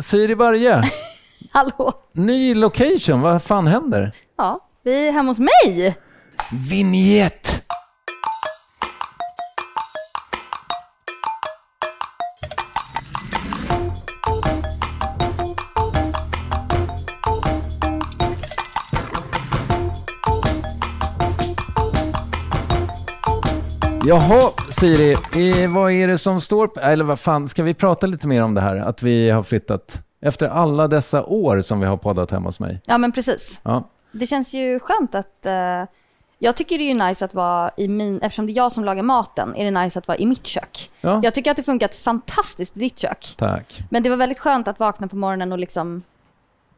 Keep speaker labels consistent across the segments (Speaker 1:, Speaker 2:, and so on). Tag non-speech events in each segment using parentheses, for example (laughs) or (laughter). Speaker 1: Siri Berge,
Speaker 2: Hallå?
Speaker 1: ny location, vad fan händer?
Speaker 2: Ja, vi är hemma hos mig.
Speaker 1: Vignett! Jaha, Siri, eh, vad är det som står på... Eller vad fan, ska vi prata lite mer om det här? Att vi har flyttat efter alla dessa år som vi har poddat hemma hos mig.
Speaker 2: Ja, men precis.
Speaker 1: Ja.
Speaker 2: Det känns ju skönt att... eh, jag tycker det är ju nice att vara i min... Eftersom det är jag som lagar maten är det nice att vara i mitt kök.
Speaker 1: Ja.
Speaker 2: Jag tycker att det funkat fantastiskt i ditt kök.
Speaker 1: Tack.
Speaker 2: Men det var väldigt skönt att vakna på morgonen och liksom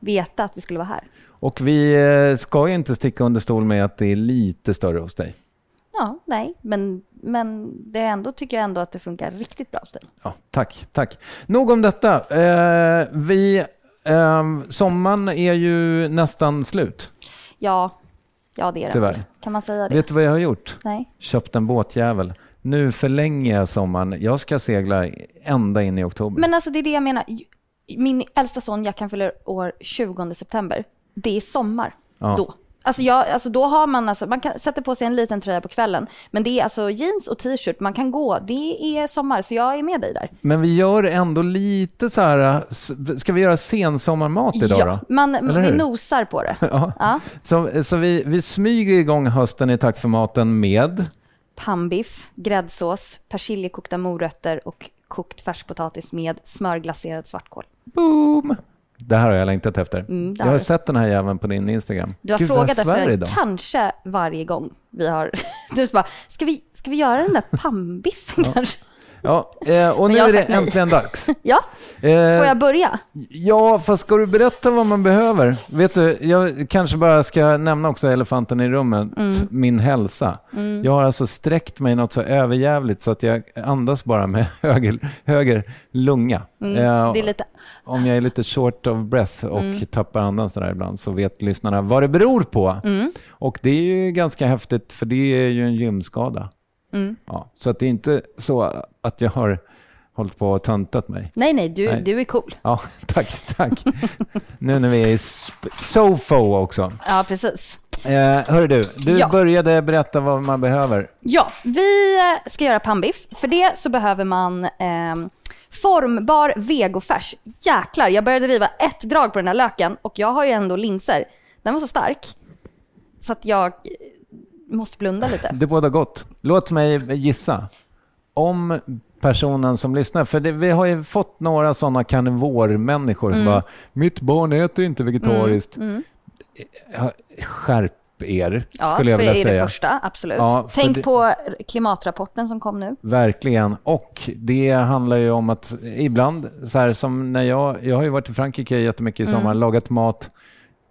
Speaker 2: veta att vi skulle vara här.
Speaker 1: Och vi eh, ska ju inte sticka under stol med att det är lite större hos dig.
Speaker 2: Ja, nej, men, men det är ändå, tycker jag ändå att det funkar riktigt bra hos dig.
Speaker 1: Ja, tack, tack. Nog om detta. Eh, vi, ehm, sommaren är ju nästan slut,
Speaker 2: Ja, ja det är det.
Speaker 1: tyvärr.
Speaker 2: Kan man säga det?
Speaker 1: Vet du vad jag har gjort?
Speaker 2: Nej.
Speaker 1: Köpt en båtjävel. Nu förlänger jag sommaren. Jag ska segla ända in i oktober.
Speaker 2: Men alltså det är det jag menar. Min äldsta son Jackan fyller år 20 september. Det är sommar
Speaker 1: Ja.
Speaker 2: då. Alltså, jag, alltså då har man alltså, man kan, sätter på sig en liten tröja på kvällen. Men det är alltså jeans och t-shirt, man kan gå. Det är sommar, så jag är med dig där.
Speaker 1: Men vi gör ändå lite så här... eh, s- Ska vi göra sensommarmat idag
Speaker 2: ja,
Speaker 1: då? Eller
Speaker 2: man, vi
Speaker 1: hur?
Speaker 2: nosar
Speaker 1: (laughs)
Speaker 2: på det. ja.
Speaker 1: Så, så vi, vi smyger igång hösten i Tack för maten med...
Speaker 2: Pannbiff, gräddsås, persiljekokta morötter och kokt färskpotatis med smörglaserad svartkål.
Speaker 1: Boom! Det här har jag längtat efter.
Speaker 2: Mm, det
Speaker 1: jag
Speaker 2: har
Speaker 1: har
Speaker 2: du.
Speaker 1: sett den här jäveln på din Instagram.
Speaker 2: Du har
Speaker 1: Gud, vad jag
Speaker 2: frågat efter
Speaker 1: svär
Speaker 2: den
Speaker 1: idag.
Speaker 2: kanske varje gång vi har... (laughs) Du bara, ska vi, ska vi göra den där pannbiffen kanske?
Speaker 1: Ja, eh, och
Speaker 2: Men
Speaker 1: nu
Speaker 2: jag har
Speaker 1: är det
Speaker 2: sagt nej.
Speaker 1: äntligen
Speaker 2: (laughs)
Speaker 1: dags.
Speaker 2: Ja,
Speaker 1: Eh,
Speaker 2: får jag börja?
Speaker 1: Ja, fast ska du berätta vad man behöver? Vet du, jag kanske bara ska nämna också elefanten i rummet,
Speaker 2: Mm.
Speaker 1: min hälsa. Jag har alltså sträckt mig något så överjävligt så att jag andas bara med (laughs) höger, höger lunga. Eh,
Speaker 2: Mm, Så det är lite...
Speaker 1: Om jag är lite short of breath och tappar andan sådär ibland så vet lyssnarna vad det beror på. Och det är ju ganska häftigt för det är ju en gymskada. Ja, så att det är inte så att jag har hållit på och töntat mig.
Speaker 2: Nej, nej du,
Speaker 1: Nej.
Speaker 2: du är cool.
Speaker 1: Ja, (laughs) tack, tack. nu när vi är i sp- SoFo också.
Speaker 2: Ja, precis.
Speaker 1: Eh, hörru du, du
Speaker 2: Ja.
Speaker 1: började berätta vad man behöver.
Speaker 2: Ja, vi eh, ska göra pannbiff. För det så behöver man ehm, formbar vegofärs. Jäklar, jag började riva ett drag på den här löken och jag har ju ändå linser. Den var så stark så att jag eh, måste blunda lite.
Speaker 1: Det båda gott. Låt mig gissa. Om personen som lyssnar, för det, vi har ju fått några sådana karnivormänniskor
Speaker 2: Mm.
Speaker 1: som bara ”mitt barn äter inte vegetariskt”. Ja, Skärp er,
Speaker 2: Ja,
Speaker 1: skulle jag
Speaker 2: för
Speaker 1: vilja
Speaker 2: är
Speaker 1: säga.
Speaker 2: det första, absolut.
Speaker 1: Ja, för
Speaker 2: Tänk
Speaker 1: det-
Speaker 2: på klimatrapporten som kom nu.
Speaker 1: Verkligen. Och det handlar ju om att ibland, så här som när jag, jag har ju varit i Frankrike jättemycket i
Speaker 2: Mm.
Speaker 1: sommar, lagat mat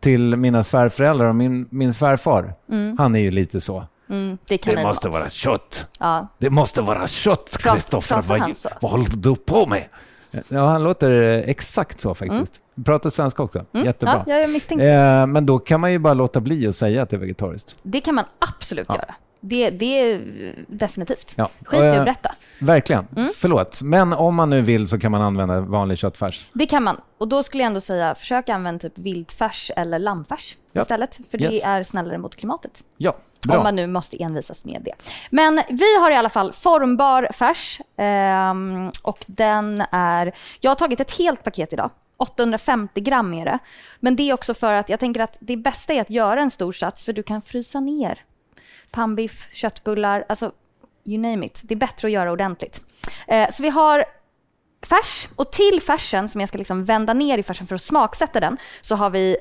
Speaker 1: till mina svärföräldrar och min, min svärfar, han är ju lite så.
Speaker 2: Mm, det kan ni något.
Speaker 1: kött.
Speaker 2: Ja.
Speaker 1: Det måste vara kött, Christopher.
Speaker 2: pratar han så?
Speaker 1: vad håller du på med? Ja, han låter eh, exakt så faktiskt. Pratar svenska också. Jättebra.
Speaker 2: Mm. Ja, jag misstänkte.
Speaker 1: Eh, men då kan man ju bara låta bli och säga att det är vegetariskt.
Speaker 2: Det kan man absolut göra. Det, det är eh, definitivt.
Speaker 1: Ja.
Speaker 2: Skit i
Speaker 1: Eh,
Speaker 2: att berätta.
Speaker 1: Verkligen.
Speaker 2: Mm.
Speaker 1: Förlåt. Men om man nu vill så kan man använda vanlig köttfärs.
Speaker 2: Det kan man. Och då skulle jag ändå säga, försök använda typ viltfärs eller lammfärs
Speaker 1: Ja.
Speaker 2: istället. För det
Speaker 1: Yes.
Speaker 2: är snällare mot klimatet.
Speaker 1: Ja, bra.
Speaker 2: Om man nu måste envisas med det. Men vi har i alla fall formbar färs. ehm, och den är... Jag har tagit ett helt paket idag. 850 gram är det. Men det är också för att jag tänker att det bästa är att göra en stor sats för du kan frysa ner pannbiff, köttbullar, alltså you name it. Det är bättre att göra ordentligt. Eh, så vi har färs och till färsen som jag ska liksom vända ner i färsen för att smaksätta den så har vi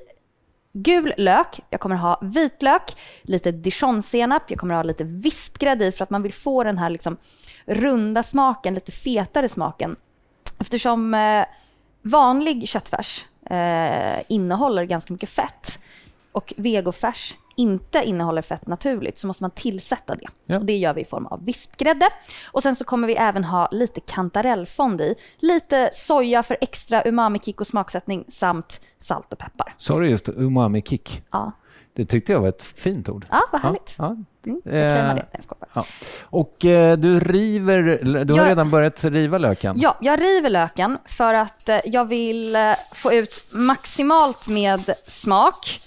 Speaker 2: gul lök, jag kommer ha vitlök, lite dijonsenap, jag kommer ha lite vispgrädde i för att man vill få den här liksom runda smaken, lite fetare smaken. Eftersom eh, vanlig köttfärs eh, innehåller ganska mycket fett och vegofärs inte innehåller fett naturligt så måste man tillsätta det.
Speaker 1: Ja.
Speaker 2: Och det gör vi i form av vispgrädde. Och sen så kommer vi även ha lite kantarellfond i. Lite soja för extra umami-kick och smaksättning samt salt och peppar.
Speaker 1: Sa du just umami-kick?
Speaker 2: Ja,
Speaker 1: Det tyckte jag var ett fint ord.
Speaker 2: ja vad härligt.
Speaker 1: Ja,
Speaker 2: Mm, jag claimar det.
Speaker 1: Eh,
Speaker 2: Nej, jag skojar bara.
Speaker 1: ja. Och eh, du river, du har
Speaker 2: Jag-
Speaker 1: redan börjat riva löken.
Speaker 2: Ja, jag river löken för att eh, jag vill eh, få ut maximalt med smak.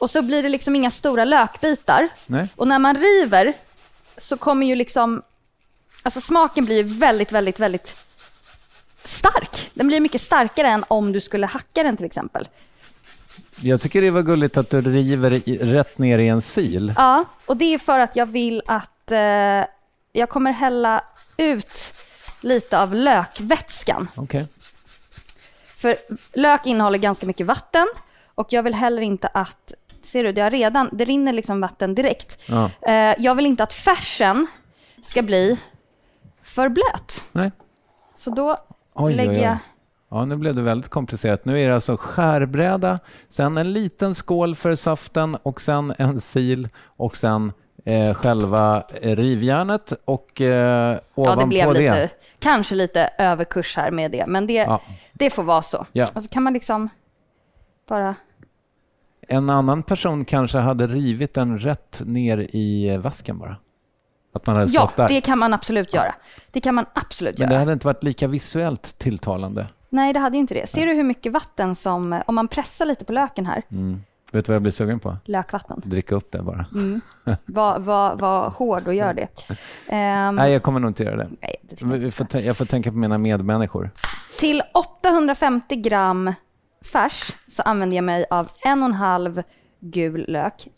Speaker 2: Och så blir det liksom inga stora lökbitar.
Speaker 1: Nej.
Speaker 2: Och när man river så kommer ju liksom... Alltså smaken blir ju väldigt, väldigt, väldigt stark. Den blir mycket starkare än om du skulle hacka den till exempel.
Speaker 1: Jag tycker det var gulligt att du river i, rätt ner i en sil.
Speaker 2: Ja, och det är för att jag vill att eh, jag kommer hälla ut lite av lökvätskan.
Speaker 1: Okej.
Speaker 2: För lök innehåller ganska mycket vatten och jag vill heller inte att... Ser du, det, har redan, det rinner liksom vatten direkt.
Speaker 1: Ja.
Speaker 2: Eh, jag vill inte att färsen ska bli för blöt.
Speaker 1: Nej.
Speaker 2: Så då
Speaker 1: Oj,
Speaker 2: lägger
Speaker 1: oj, oj.
Speaker 2: jag...
Speaker 1: Ja, nu blev det väldigt komplicerat. Nu är det alltså skärbräda, sen en liten skål för saften och sen en sil och sen eh, själva eh, rivjärnet och eh,
Speaker 2: Ja,
Speaker 1: ovanpå
Speaker 2: det blev
Speaker 1: det.
Speaker 2: lite, kanske lite överkurs här med det, men det,
Speaker 1: Ja.
Speaker 2: det får vara så.
Speaker 1: Ja.
Speaker 2: Och så kan man liksom bara...
Speaker 1: En annan person kanske hade rivit den rätt ner i vasken bara. Att man hade
Speaker 2: Ja,
Speaker 1: stått där.
Speaker 2: det kan man absolut göra. Det kan man absolut
Speaker 1: Men
Speaker 2: göra.
Speaker 1: det hade inte varit lika visuellt tilltalande.
Speaker 2: Nej, det hade ju inte det. Ser du hur mycket vatten som... eh, Om man pressar lite på löken här,
Speaker 1: Mm. Vet du vad jag blir sugen på?
Speaker 2: lökvatten.
Speaker 1: Dricka upp det bara.
Speaker 2: Mm. Var, var, var hård och gör det. Ehm,
Speaker 1: Nej, jag kommer nog inte göra det.
Speaker 2: nej, det tycker jag
Speaker 1: Vi
Speaker 2: inte.
Speaker 1: får tän- jag får tänka på mina medmänniskor.
Speaker 2: Till 850 gram färs så använder jag mig av en och en halv gul lök.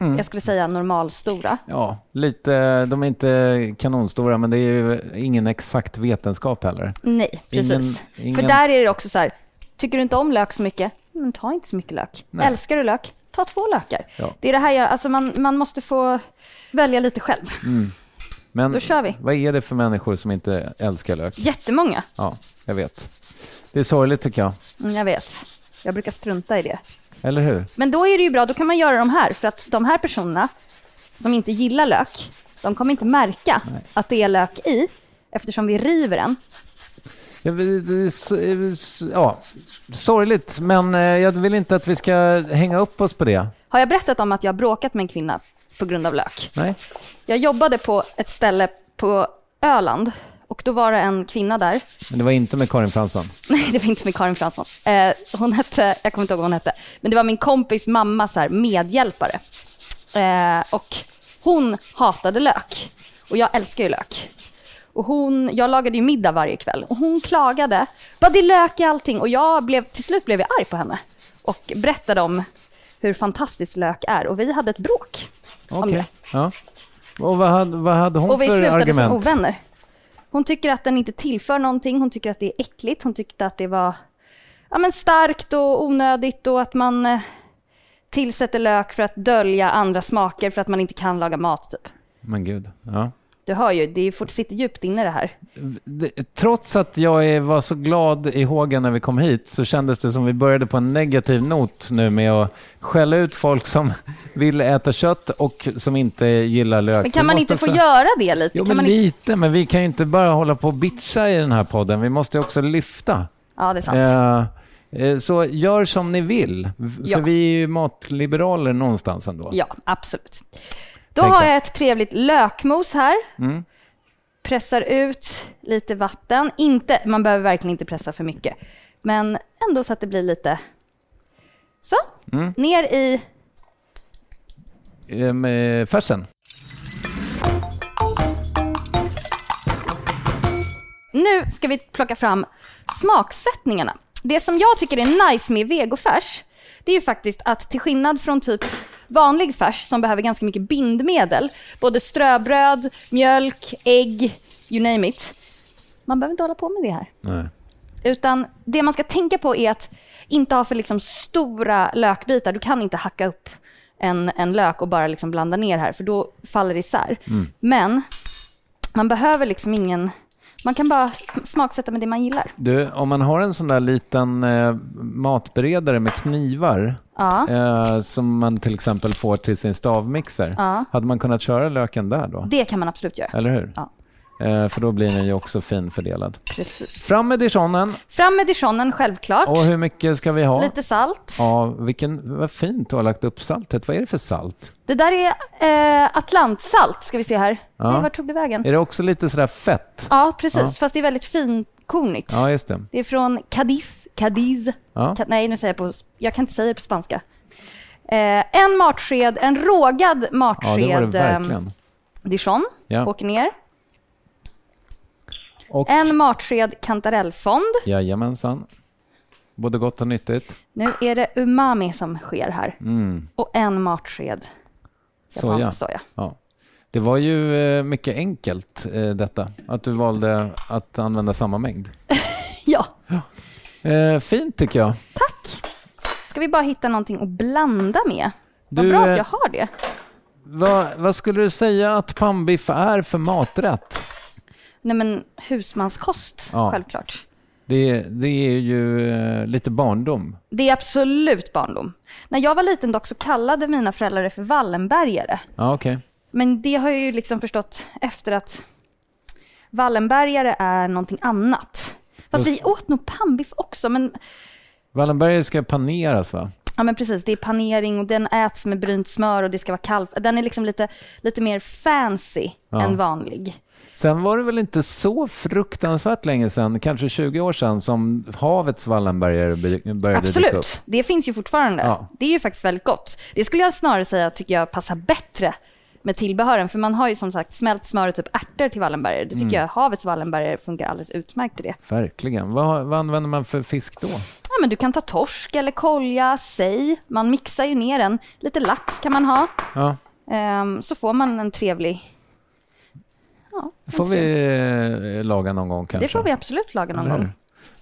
Speaker 1: Mm.
Speaker 2: Jag skulle säga normalstora.
Speaker 1: Ja, lite, de är inte kanonstora, men det är ju ingen exakt vetenskap heller.
Speaker 2: Nej, precis.
Speaker 1: Ingen-
Speaker 2: För
Speaker 1: ingen-
Speaker 2: där är det också så här, tycker du inte om lök så mycket, men ta inte så mycket lök.
Speaker 1: Nej.
Speaker 2: Älskar du lök, ta två lökar.
Speaker 1: Ja.
Speaker 2: Det är det här jag, alltså man, man måste få välja lite själv.
Speaker 1: Mm. Men
Speaker 2: Då kör vi.
Speaker 1: vad är det för människor som inte älskar lök?
Speaker 2: Jättemånga,
Speaker 1: Ja, jag vet. Det är sorgligt tycker jag.
Speaker 2: Mm, jag vet. Jag brukar strunta i det.
Speaker 1: Eller hur?
Speaker 2: Men då är det ju bra, då kan man göra de här, för att de här personerna som inte gillar lök, de kommer inte märka att det är lök i, eftersom vi river den.
Speaker 1: Ja, vi- det är s- s- ja, sorgligt, men eh, jag vill inte att vi ska hänga upp oss på det.
Speaker 2: Har jag berättat om att jag har bråkat med en kvinna på grund av lök?
Speaker 1: Nej?
Speaker 2: Jag jobbade på ett ställe på Öland och då var det en kvinna där.
Speaker 1: Men det var inte med Karin Fransson.
Speaker 2: (laughs) Nej, det var inte med Karin Fransson. Eh, hon hette, jag kommer inte ihåg vad hon hette, men det var min kompis mammas så här, medhjälpare. Eh, och hon hatade lök och jag älskar ju lök. Och hon, jag lagade ju middag varje kväll och hon klagade. Bara det är lök i allting och jag blev, till slut blev jag arg på henne och berättade om hur fantastisk lök är och vi hade ett bråk om
Speaker 1: Okej.
Speaker 2: det.
Speaker 1: Ja. Och vad hade, vad hade hon
Speaker 2: Och vi
Speaker 1: för
Speaker 2: slutade
Speaker 1: argument?
Speaker 2: som ovänner. Hon tycker att den inte tillför någonting. Hon tycker att det är äckligt. Hon tyckte att det var ja, men starkt och onödigt och att man eh, tillsätter lök för att dölja andra smaker för att man inte kan laga mat. Typ.
Speaker 1: Men gud. Ja.
Speaker 2: Du hör ju, det är fort, sitter djupt inne det här.
Speaker 1: Det, trots att jag är- var så glad i hågen när vi kom hit så kändes det som vi började på en negativ not nu med att skälla ut folk som (laughs) vill äta kött och som inte gillar lök.
Speaker 2: Men kan
Speaker 1: Vi
Speaker 2: man
Speaker 1: måste
Speaker 2: inte få
Speaker 1: också-
Speaker 2: göra det lite?
Speaker 1: Jo,
Speaker 2: kan
Speaker 1: men
Speaker 2: man inte...
Speaker 1: lite. Men vi kan ju inte bara hålla på och bitcha i den här podden. Vi måste ju också lyfta.
Speaker 2: Ja, det är sant.
Speaker 1: Eh, eh, så gör som ni vill. V-
Speaker 2: Ja.
Speaker 1: För vi är ju matliberaler någonstans ändå.
Speaker 2: Ja, absolut. Då
Speaker 1: Tänk
Speaker 2: har
Speaker 1: så. Mm.
Speaker 2: jag ett trevligt lökmos här. Pressar ut lite vatten. Inte, man behöver verkligen inte pressa för mycket. Men ändå så att det blir lite... Så,
Speaker 1: Mm.
Speaker 2: ner i...
Speaker 1: Eh, med färsen.
Speaker 2: Nu ska vi plocka fram smaksättningarna. Det som jag tycker är nice med vegofärs, det är ju faktiskt att till skillnad från typ vanlig färs som behöver ganska mycket bindmedel, både ströbröd, mjölk, ägg, you name it. Man behöver inte hålla på med det här.
Speaker 1: Nej.
Speaker 2: Utan det man ska tänka på är att inte ha för liksom stora lökbitar. Du kan inte hacka upp
Speaker 1: Mm.
Speaker 2: en, en lök och bara liksom blanda ner här, för då faller det isär. Men Man behöver liksom ingen... Man kan bara smaksätta med det man gillar.
Speaker 1: Du, om man har en sån där liten eh, matberedare med knivar
Speaker 2: Ja.
Speaker 1: eh, som man till exempel får till sin stavmixer,
Speaker 2: Ja.
Speaker 1: hade man kunnat köra löken där då?
Speaker 2: Det kan man absolut göra.
Speaker 1: Eller hur?
Speaker 2: Ja.
Speaker 1: Eh, för då blir den ju också finfördelad.
Speaker 2: Precis.
Speaker 1: Fram med dijonen
Speaker 2: Fram med dijonen, självklart.
Speaker 1: och hur mycket ska vi ha?
Speaker 2: Lite salt.
Speaker 1: Ja, vilken, vad fint du har lagt upp saltet. Vad är det för salt?
Speaker 2: Det där är eh, atlantsalt, ska vi se här.
Speaker 1: Ja.
Speaker 2: Nej, vart tog det vägen?
Speaker 1: Är det också lite sådär fett?
Speaker 2: Ja, precis. Fast det är väldigt finkornigt.
Speaker 1: Ja, just det.
Speaker 2: Det är från Cadiz. Cadiz.
Speaker 1: Ja.
Speaker 2: Ka- nej, nu säger jag på... Jag kan inte säga det på spanska. Eh, en matsked, en rågad
Speaker 1: Ja,
Speaker 2: matsked
Speaker 1: det var det
Speaker 2: ehm,
Speaker 1: verkligen.
Speaker 2: dijon
Speaker 1: Ja.
Speaker 2: åker ner.
Speaker 1: Och,
Speaker 2: En matsked kantarellfond.
Speaker 1: jajamensan. Både gott och nyttigt.
Speaker 2: Nu är det umami som sker här. Och en matsked
Speaker 1: Mm. Soja.
Speaker 2: japansk soja.
Speaker 1: Ja. Det var ju eh, mycket enkelt eh, detta, att du valde att använda samma mängd.
Speaker 2: Ja,
Speaker 1: Eh, Fint tycker jag.
Speaker 2: ska vi bara hitta någonting att blanda med? Vad
Speaker 1: Du,
Speaker 2: bra
Speaker 1: eh,
Speaker 2: att jag har det.
Speaker 1: Vad, vad skulle du säga att pannbiff är för maträtt?
Speaker 2: Nej, men husmanskost,
Speaker 1: Ja.
Speaker 2: självklart.
Speaker 1: Det, det är ju eh, lite barndom.
Speaker 2: Det är absolut barndom. När jag var liten dock så kallade mina föräldrar det för Wallenbergare.
Speaker 1: Ja, okej.
Speaker 2: Men det har jag ju liksom förstått efter att Wallenbergare är någonting annat. Fast vi åt nog pannbiff också, men,
Speaker 1: Wallenberg ska paneras, va?
Speaker 2: ja, men precis, det är panering och den äts med brynt smör och det ska vara kallt. Den är liksom lite, lite mer fancy
Speaker 1: Ja.
Speaker 2: än vanlig.
Speaker 1: Sen var det väl inte så fruktansvärt länge sedan, kanske 20 år sedan, som havets Wallenbergare by- började dyka upp.
Speaker 2: Absolut, det finns ju fortfarande.
Speaker 1: Ja.
Speaker 2: Det är ju faktiskt väldigt gott. Det skulle jag snarare säga tycker jag passar bättre med tillbehören, för man har ju som sagt smält smör och typ ärtor till Wallenbergare. Det tycker
Speaker 1: Mm.
Speaker 2: jag havets Wallenbergare funkar alldeles utmärkt till det.
Speaker 1: Verkligen. Vad, vad använder man för fisk då?
Speaker 2: Ja, men du kan ta torsk eller kolja, sej. Man mixar ju ner den. Lite lax kan man ha.
Speaker 1: Ja,
Speaker 2: Ehm, så får man en trevlig... Ja,
Speaker 1: det får vi eh, laga någon gång kanske.
Speaker 2: det får vi absolut laga någon
Speaker 1: Eller hur?
Speaker 2: gång.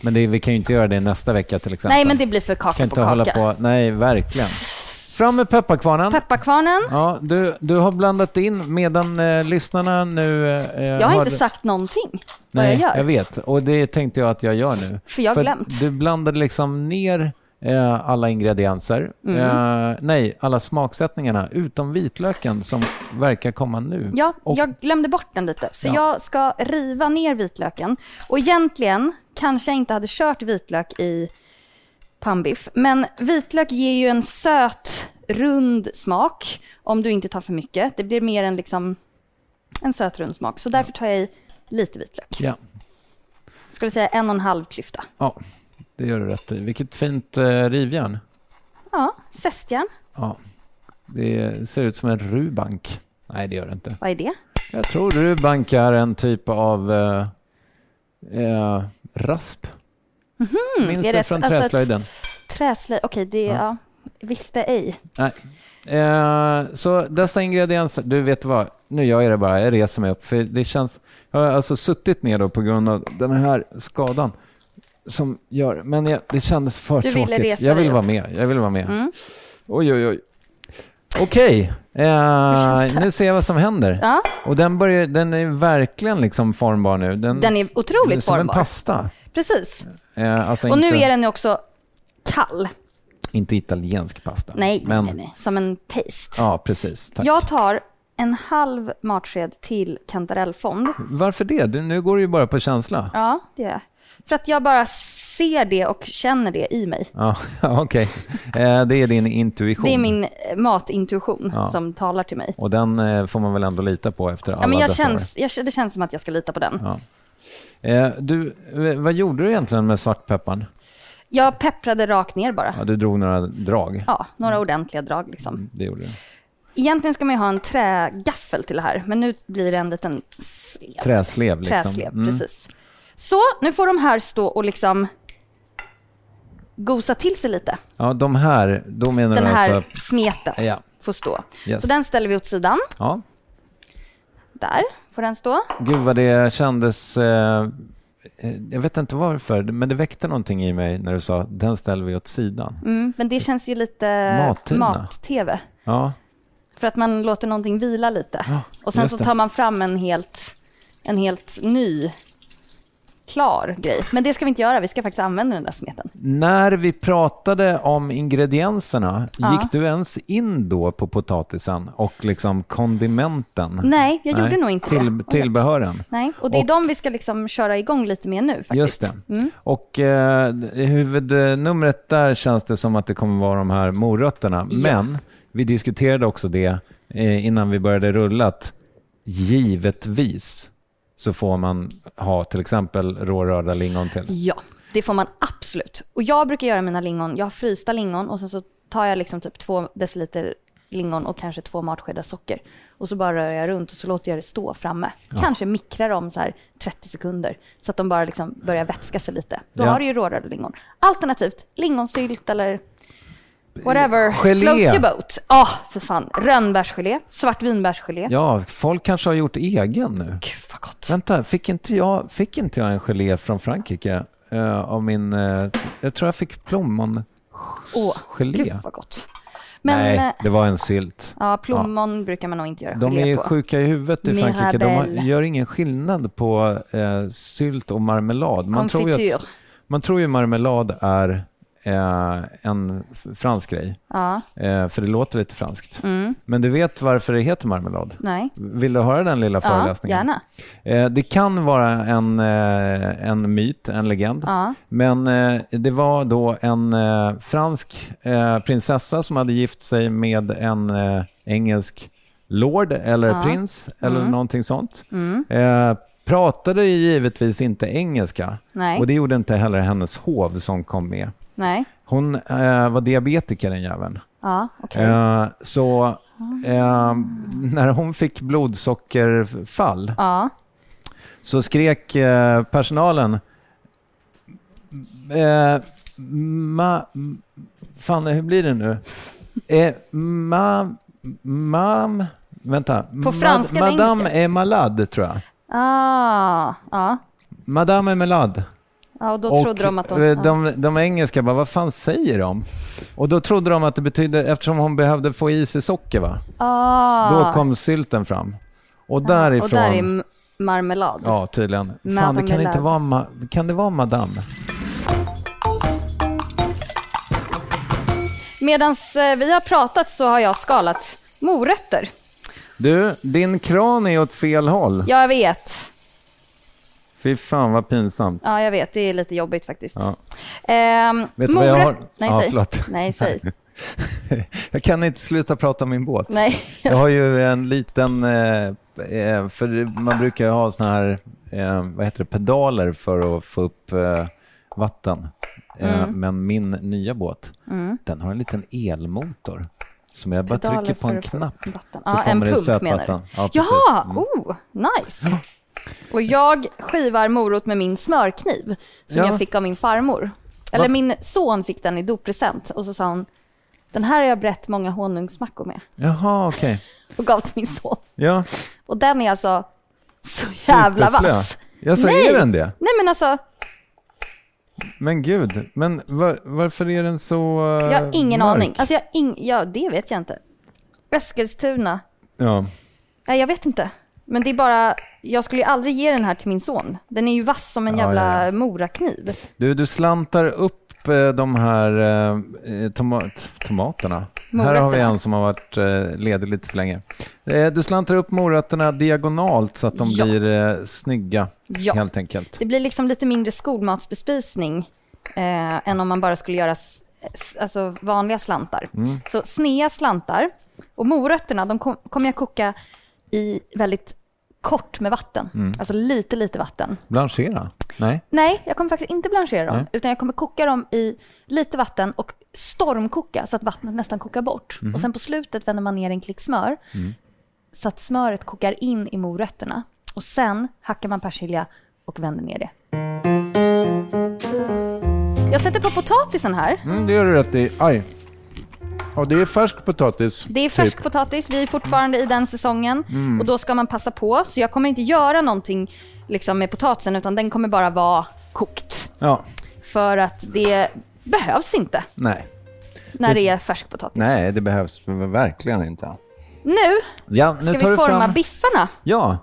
Speaker 1: Men det, vi kan ju inte göra det nästa vecka till exempel.
Speaker 2: Nej, men det blir för
Speaker 1: kan
Speaker 2: kaka på
Speaker 1: inte hålla
Speaker 2: kaka.
Speaker 1: på. Nej, verkligen. Fram med pepparkvarnen.
Speaker 2: Pepparkvarnen.
Speaker 1: Ja, du, du har blandat in medan eh, lyssnarna nu... Eh,
Speaker 2: Jag har inte sagt någonting vad
Speaker 1: Nej,
Speaker 2: jag gör.
Speaker 1: vet. Och det tänkte jag att jag gör nu.
Speaker 2: För jag har glömt.
Speaker 1: Du blandade liksom ner eh, alla ingredienser.
Speaker 2: Mm.
Speaker 1: Eh, nej, alla smaksättningarna, utom vitlöken som verkar komma nu.
Speaker 2: Ja,
Speaker 1: Och,
Speaker 2: jag glömde bort den lite. Så
Speaker 1: Ja.
Speaker 2: jag ska riva ner vitlöken. Och egentligen kanske jag inte hade kört vitlök i pannbiff. Men vitlök ger ju en söt, rund smak om du inte tar för mycket. Det blir mer en, liksom, en söt, rund smak. Så därför tar jag i lite vitlök.
Speaker 1: ja,
Speaker 2: Skulle säga en och en halv klyfta.
Speaker 1: ja, det gör du rätt i. Vilket fint eh, rivjärn.
Speaker 2: Ja, zestjärn.
Speaker 1: Ja. Det ser ut som en rubank. Nej, det gör det inte.
Speaker 2: Vad är det? Mm,
Speaker 1: Jag tror rubank är en typ av eh, eh, rasp. Mm, Minns
Speaker 2: är
Speaker 1: det
Speaker 2: det
Speaker 1: från
Speaker 2: ett- alltså ett-
Speaker 1: träslöjden?
Speaker 2: Träslöj. Okej, det... Ja. Visste ej.
Speaker 1: Nej. Eh, så dessa ingredienser, du vet vad, nu gör jag det bara, jag reser mig upp. För det känns, jag har alltså suttit ner då på grund av den här skadan som gör, men jag, det kändes för
Speaker 2: Du ville
Speaker 1: tråkigt.
Speaker 2: resa
Speaker 1: jag vill
Speaker 2: dig
Speaker 1: vara
Speaker 2: upp. Mm.
Speaker 1: med, jag vill vara med. Oj, oj, oj. Okej, eh, nu ser jag vad som händer.
Speaker 2: Ja,
Speaker 1: Och den, börjar, den är verkligen liksom formbar nu. Den,
Speaker 2: den är
Speaker 1: det är
Speaker 2: otroligt
Speaker 1: som en
Speaker 2: formbar.
Speaker 1: pasta.
Speaker 2: Precis.
Speaker 1: Eh, alltså
Speaker 2: Och
Speaker 1: inte,
Speaker 2: nu är den ju också kall.
Speaker 1: inte italiensk pasta.
Speaker 2: Nej,
Speaker 1: men,
Speaker 2: nej, nej. Som en paste.
Speaker 1: Ja, precis. Tack.
Speaker 2: jag tar en halv matsked till kantarellfond.
Speaker 1: Varför det? Du, nu går det ju bara på känsla.
Speaker 2: Ja, det gör jag. För att jag bara ser det och känner det i mig.
Speaker 1: Ja, (laughs) okej. Eh, Det är din intuition.
Speaker 2: Det är min eh, matintuition som talar till mig.
Speaker 1: Och den eh, får man väl ändå lita på efter alla
Speaker 2: Ja, men jag
Speaker 1: dessa
Speaker 2: känns, jag, det känns som att jag ska lita på den.
Speaker 1: Ja. år. Eh, Du, eh, vad gjorde du egentligen med svartpepparn?
Speaker 2: Jag pepprade rakt ner bara.
Speaker 1: Ja, Mm. du drog några drag.
Speaker 2: Ja, några ordentliga drag liksom.
Speaker 1: Det gjorde du.
Speaker 2: Egentligen ska man ju ha en trägaffel till det här, men nu blir det en liten slev.
Speaker 1: Träslev. Liksom.
Speaker 2: Träslev,
Speaker 1: Mm.
Speaker 2: precis. Så, nu får de här stå och liksom gosa till sig lite.
Speaker 1: Ja, de här, då menar
Speaker 2: Den
Speaker 1: du
Speaker 2: här
Speaker 1: alltså...
Speaker 2: smeten
Speaker 1: Ja.
Speaker 2: får stå.
Speaker 1: Yes.
Speaker 2: Så den ställer vi åt sidan.
Speaker 1: ja.
Speaker 2: Där får den stå.
Speaker 1: Gud vad det kändes... Eh, eh, jag vet inte varför, men det väckte någonting i mig när du sa den ställer vi åt sidan.
Speaker 2: Mm, men det känns ju lite
Speaker 1: Mat-Tina.
Speaker 2: mat-tv.
Speaker 1: Ja,
Speaker 2: För att man låter någonting vila lite. och sen
Speaker 1: just
Speaker 2: så
Speaker 1: det.
Speaker 2: tar man fram en helt en helt ny klar grej. Men det ska vi inte göra. Vi ska faktiskt använda den där smeten.
Speaker 1: När vi pratade om ingredienserna,
Speaker 2: Ja.
Speaker 1: gick du ens in då på potatisen och liksom kondimenten?
Speaker 2: Nej, jag gjorde nog inte det.
Speaker 1: Till, Tillbehören?
Speaker 2: Nej, och det är
Speaker 1: Och-
Speaker 2: de vi ska liksom köra igång lite mer nu faktiskt. Mm.
Speaker 1: Just det. Och eh, huvudnumret där känns det som att det kommer vara de här morötterna. Men vi diskuterade också det eh, innan vi började rulla att givetvis så får man ha till exempel rårörda lingon till.
Speaker 2: Ja, det får man absolut. Och jag brukar göra mina lingon, jag har frysta lingon och sen så tar jag liksom typ två deciliter lingon och kanske två matskedar socker. Och så bara rör jag runt och så låter jag det stå framme. Kanske mikrar dem så här 30 sekunder så att de bara liksom börjar vätska sig lite. Då
Speaker 1: Ja.
Speaker 2: har du ju rårörda lingon. Alternativt lingonsylt eller whatever.
Speaker 1: Eh, Gelé.
Speaker 2: Floats your boat. Ja, för fan. Rönnbärsgelé, svartvinbärsgelé.
Speaker 1: Ja, folk kanske har gjort egen nu.
Speaker 2: Gud vad gott.
Speaker 1: Vänta, fick inte jag, fick inte jag en gelé från Frankrike? eh, av min, eh, jag tror jag fick plommongelé.
Speaker 2: Åh, gud
Speaker 1: gelé.
Speaker 2: vad gott. Men, eh,
Speaker 1: Nej, det var en sylt.
Speaker 2: Ja, plommon brukar man nog inte göra
Speaker 1: De är
Speaker 2: gelé
Speaker 1: ju
Speaker 2: på.
Speaker 1: sjuka i huvudet i Frankrike. De har,
Speaker 2: Mirabelle.
Speaker 1: gör ingen skillnad på eh, sylt och marmelad. Man tror, ju att,
Speaker 2: Konfityr.
Speaker 1: man tror ju marmelad är eh, en f- fransk grej,
Speaker 2: Ja, Mm.
Speaker 1: eh, för det låter lite franskt. Men du vet varför det heter marmelad?
Speaker 2: nej.
Speaker 1: Vill du höra den lilla
Speaker 2: Ja,
Speaker 1: föreläsningen?
Speaker 2: gärna.
Speaker 1: Eh, Det kan vara en, eh, en myt, en legend.
Speaker 2: Ja.
Speaker 1: Men eh, det var då en eh, fransk eh, prinsessa som hade gift sig med en eh, engelsk lord eller prins eller
Speaker 2: Mm.
Speaker 1: någonting sånt. Eh, Pratade givetvis inte engelska
Speaker 2: Nej.
Speaker 1: och det gjorde inte heller hennes hov som kom med.
Speaker 2: Nej.
Speaker 1: Hon eh, var diabetiker den jäveln.
Speaker 2: Ja, okej. Ah.
Speaker 1: Eh, så eh, när hon fick blodsockerfall
Speaker 2: Ja.
Speaker 1: så skrek eh, personalen eh, ma, m- Fan, hur blir det nu? Eh, ma, mam... Vänta.
Speaker 2: På franska eller
Speaker 1: Madame är malad, tror jag.
Speaker 2: Ah, ja.
Speaker 1: Madame är malad.
Speaker 2: Ja, och då
Speaker 1: Och
Speaker 2: trodde de att de...
Speaker 1: eh,
Speaker 2: ja.
Speaker 1: de, de engelska bara, vad fan säger de? Och då trodde de att det betydde, eftersom hon behövde få i sig socker, va?
Speaker 2: ah.
Speaker 1: Då kom sylten fram. Och därifrån...
Speaker 2: Och där är m- marmelad.
Speaker 1: Ja, tydligen. Fan, det
Speaker 2: Madame
Speaker 1: kan
Speaker 2: Ladd.
Speaker 1: inte vara... Ma- kan det vara madame?
Speaker 2: Medan eh, vi har pratat så har jag skalat morötter.
Speaker 1: Du, din kran är åt fel håll.
Speaker 2: Ja, jag vet.
Speaker 1: Fy fan vad pinsamt.
Speaker 2: Ja, jag vet. Det är lite jobbigt faktiskt.
Speaker 1: Ja.
Speaker 2: Ehm,
Speaker 1: Vet du vad jag
Speaker 2: moröt-
Speaker 1: har?
Speaker 2: Nej,
Speaker 1: Ja,
Speaker 2: säg.
Speaker 1: förlåt. (laughs)
Speaker 2: Nej, säg.
Speaker 1: Jag kan inte sluta prata om min båt.
Speaker 2: Nej.
Speaker 1: Jag har ju en liten, eh, eh, för man brukar ju ha såna här, eh, vad heter det, pedaler för att få upp eh, vatten. Eh,
Speaker 2: Mm.
Speaker 1: Men min nya båt, den har en liten elmotor. Som jag bara
Speaker 2: Pedaler
Speaker 1: trycker på
Speaker 2: för
Speaker 1: en
Speaker 2: att få
Speaker 1: knapp.
Speaker 2: upp vatten.
Speaker 1: så
Speaker 2: Ja, en
Speaker 1: kommer det
Speaker 2: pump menar du?
Speaker 1: sötvatten. Ja, precis. Mm.
Speaker 2: Jaha, oh, nice. Och jag skivar morot med min smörkniv som
Speaker 1: Ja.
Speaker 2: jag fick av min farmor. Eller
Speaker 1: Va?
Speaker 2: min son fick den i doppresent och så sa hon, den här har jag brett många honungsmackor med
Speaker 1: Jaha, okej.
Speaker 2: och gav till min son.
Speaker 1: Ja,
Speaker 2: Och den är alltså så jävla
Speaker 1: superslö.
Speaker 2: vass.
Speaker 1: Jag
Speaker 2: Nej.
Speaker 1: säger den det?
Speaker 2: Nej men alltså,
Speaker 1: Men gud, men var, varför är den så eh,
Speaker 2: jag har ingen
Speaker 1: mörk?
Speaker 2: aning. Alltså jag har ing- ja, det vet jag inte. Eskilstuna.
Speaker 1: Ja.
Speaker 2: Nej, jag vet inte. Men det är bara, jag skulle ju aldrig ge den här till min son. Den är ju vass som en
Speaker 1: Ja,
Speaker 2: jävla
Speaker 1: ja,
Speaker 2: morakniv.
Speaker 1: Du, du slantar upp eh, de här eh, toma- t- tomaterna. Här har vi
Speaker 2: Morötterna.
Speaker 1: en som har varit eh, ledig lite för länge. Eh, Du slantar upp morötterna diagonalt så att de
Speaker 2: Ja.
Speaker 1: blir eh, snygga,
Speaker 2: Ja.
Speaker 1: helt enkelt.
Speaker 2: Det blir liksom lite mindre skolmatsbespisning eh, än om man bara skulle göra s- s- alltså vanliga slantar. Så snea slantar. Och morötterna, de kom- kommer jag koka i väldigt kort med vatten. Alltså lite, lite vatten.
Speaker 1: Blanchera? Nej?
Speaker 2: Nej, jag kommer faktiskt inte blanchera dem.
Speaker 1: Nej.
Speaker 2: Utan jag kommer koka dem i lite vatten och stormkoka så att vattnet nästan kokar bort. Och sen på slutet vänder man ner en klick smör så att smöret kokar in i morötterna. Och sen hackar man persilja och vänder ner det. Jag sätter på potatisen här.
Speaker 3: Mm, det gör du rätt i. Aj. Ja, det är färsk potatis.
Speaker 2: Det är
Speaker 1: Typ.
Speaker 2: färsk potatis, vi är fortfarande i den säsongen och då ska man passa på. Så jag kommer inte göra någonting liksom, med potatisen utan den kommer bara vara kokt.
Speaker 1: Ja.
Speaker 2: För att det behövs inte.
Speaker 1: Nej.
Speaker 2: när det är färsk potatis.
Speaker 1: Nej, det behövs verkligen inte.
Speaker 2: Nu
Speaker 1: Ja, nu
Speaker 2: ska
Speaker 1: tar
Speaker 2: vi
Speaker 1: du
Speaker 2: forma
Speaker 1: fram...
Speaker 2: biffarna.
Speaker 1: Ja.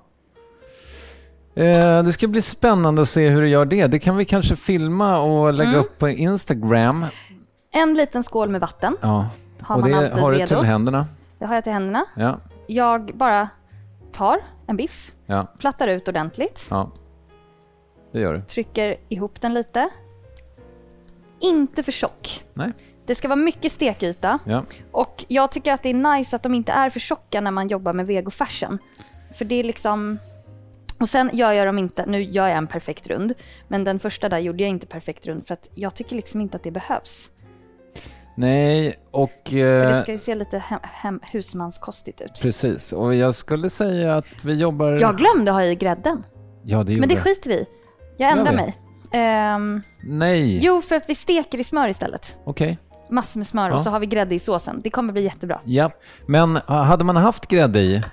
Speaker 1: Eh, Eh, det ska bli spännande att se hur du gör det. Det kan vi kanske filma och lägga
Speaker 2: Mm.
Speaker 1: upp på Instagram.
Speaker 2: En liten skål med vatten.
Speaker 1: Ja.
Speaker 2: Har
Speaker 1: och
Speaker 2: man
Speaker 1: det
Speaker 2: alltid
Speaker 1: har du
Speaker 2: redo?
Speaker 1: till händerna.
Speaker 2: Det har jag till händerna.
Speaker 1: Ja,
Speaker 2: Jag bara tar en biff,
Speaker 1: ja,
Speaker 2: plattar ut ordentligt,
Speaker 1: ja. Det gör du.
Speaker 2: trycker ihop den lite. Inte för tjock.
Speaker 1: Nej.
Speaker 2: Det ska vara mycket stekyta.
Speaker 1: Ja.
Speaker 2: Och jag tycker att det är nice att de inte är för tjocka när man jobbar med vegofärsen. För det är liksom... Och sen gör jag dem inte, nu gör jag en perfekt rund, men den första där gjorde jag inte perfekt rund för att jag tycker liksom inte att det behövs.
Speaker 1: Nej, och...
Speaker 2: För
Speaker 1: Eh,
Speaker 2: det ska ju se lite hem, hem, husmanskostigt ut.
Speaker 1: Precis, och jag skulle säga att vi jobbar...
Speaker 2: Jag glömde ha i grädden,
Speaker 1: Ja, det gjorde
Speaker 2: men det
Speaker 1: jag.
Speaker 2: skiter vi i. Jag ändrar
Speaker 1: vi?
Speaker 2: mig. Ehm,
Speaker 1: Nej,
Speaker 2: jo, för att vi steker i smör istället.
Speaker 1: okej.
Speaker 2: Massor med smör och
Speaker 1: Ja.
Speaker 2: så har vi grädde i såsen. Det kommer bli jättebra. Mm.
Speaker 1: Ja. Men eh, hade man haft grädde i,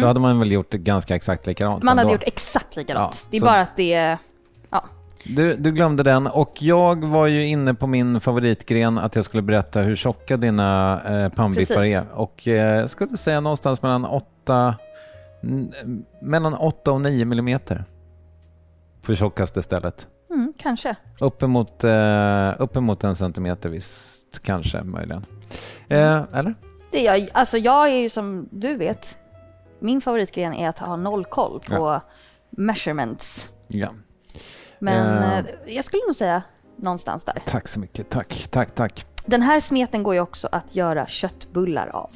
Speaker 1: då hade man väl gjort det ganska exakt likadant.
Speaker 2: Man hade
Speaker 1: ändå.
Speaker 2: gjort exakt likadant.
Speaker 1: Ja,
Speaker 2: det är
Speaker 1: så-
Speaker 2: bara att det är... Ja.
Speaker 1: Du, du glömde den och jag var ju inne på min favoritgren att jag skulle berätta hur tjocka dina eh, pannbiffar
Speaker 2: Precis.
Speaker 1: är. Och eh, jag skulle säga någonstans mellan 8, mellan 8 och 9 millimeter för tjockaste stället.
Speaker 2: Mm, kanske.
Speaker 1: Uppemot, eh, uppemot en centimeter visst, kanske möjligen. Eh, eller?
Speaker 2: Det är jag, alltså jag är ju som du vet, min favoritgren är att ha noll koll på measurements.
Speaker 1: Ja.
Speaker 2: Men
Speaker 1: Eh.
Speaker 2: eh, jag skulle nog säga någonstans där.
Speaker 1: Tack så mycket. Tack, tack, tack.
Speaker 2: Den här smeten går ju också att göra köttbullar av.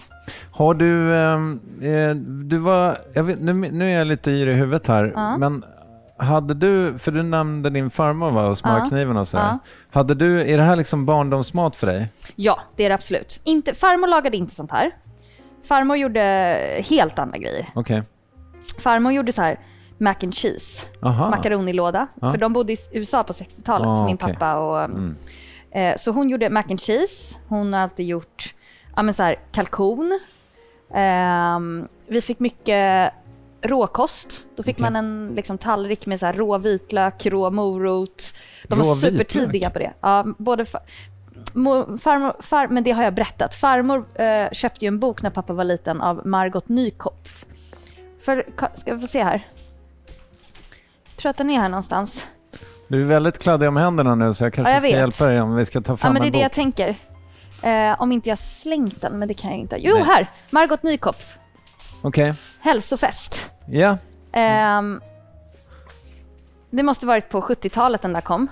Speaker 1: Har du... ehm, Eh, du var, jag vet, nu, nu är jag lite yr i huvudet här, men hade du... För du nämnde din farmor va, och smörkniven och sådär.
Speaker 2: Ja.
Speaker 1: Hade du... Är det här liksom barndomsmat för dig?
Speaker 2: Ja, det är det absolut. Inte, farmor lagade inte sånt här. Farmor gjorde helt andra grejer.
Speaker 1: Okej.
Speaker 2: Farmor gjorde så här mac and cheese,
Speaker 1: Aha.
Speaker 2: makaronilåda. För de bodde i USA på 60-talet,
Speaker 1: Ah,
Speaker 2: min
Speaker 1: okej.
Speaker 2: pappa och...
Speaker 1: Mm.
Speaker 2: Eh, så hon gjorde mac and cheese. Hon har alltid gjort ja, men så här, kalkon. Ehm, vi fick mycket råkost. Då fick man en liksom, tallrik med så här, rå vitlök, rå morot. De var
Speaker 1: Rå
Speaker 2: supertidiga
Speaker 1: vitlök?
Speaker 2: på det. Ja, både fa- mo- farmor, far, men det har jag berättat. Farmor eh, köpte ju en bok när pappa var liten av Margot Nykopf. För, ka- ska vi få se här? Jag tror att den är här någonstans.
Speaker 1: Du är väldigt kladdig om händerna nu så jag kanske
Speaker 2: Ja, jag
Speaker 1: ska
Speaker 2: vet.
Speaker 1: hjälpa dig om vi ska ta
Speaker 2: Ja,
Speaker 1: fram
Speaker 2: men det är
Speaker 1: en
Speaker 2: det jag
Speaker 1: bok.
Speaker 2: tänker. Eh, om inte jag slängt den, men det kan jag ju inte. ha. Jo,
Speaker 1: Nej.
Speaker 2: här! Margot Nykopf.
Speaker 1: Okej.
Speaker 2: Hälsofest.
Speaker 1: Ja.
Speaker 2: Ehm, det måste varit på 70-talet den där kom.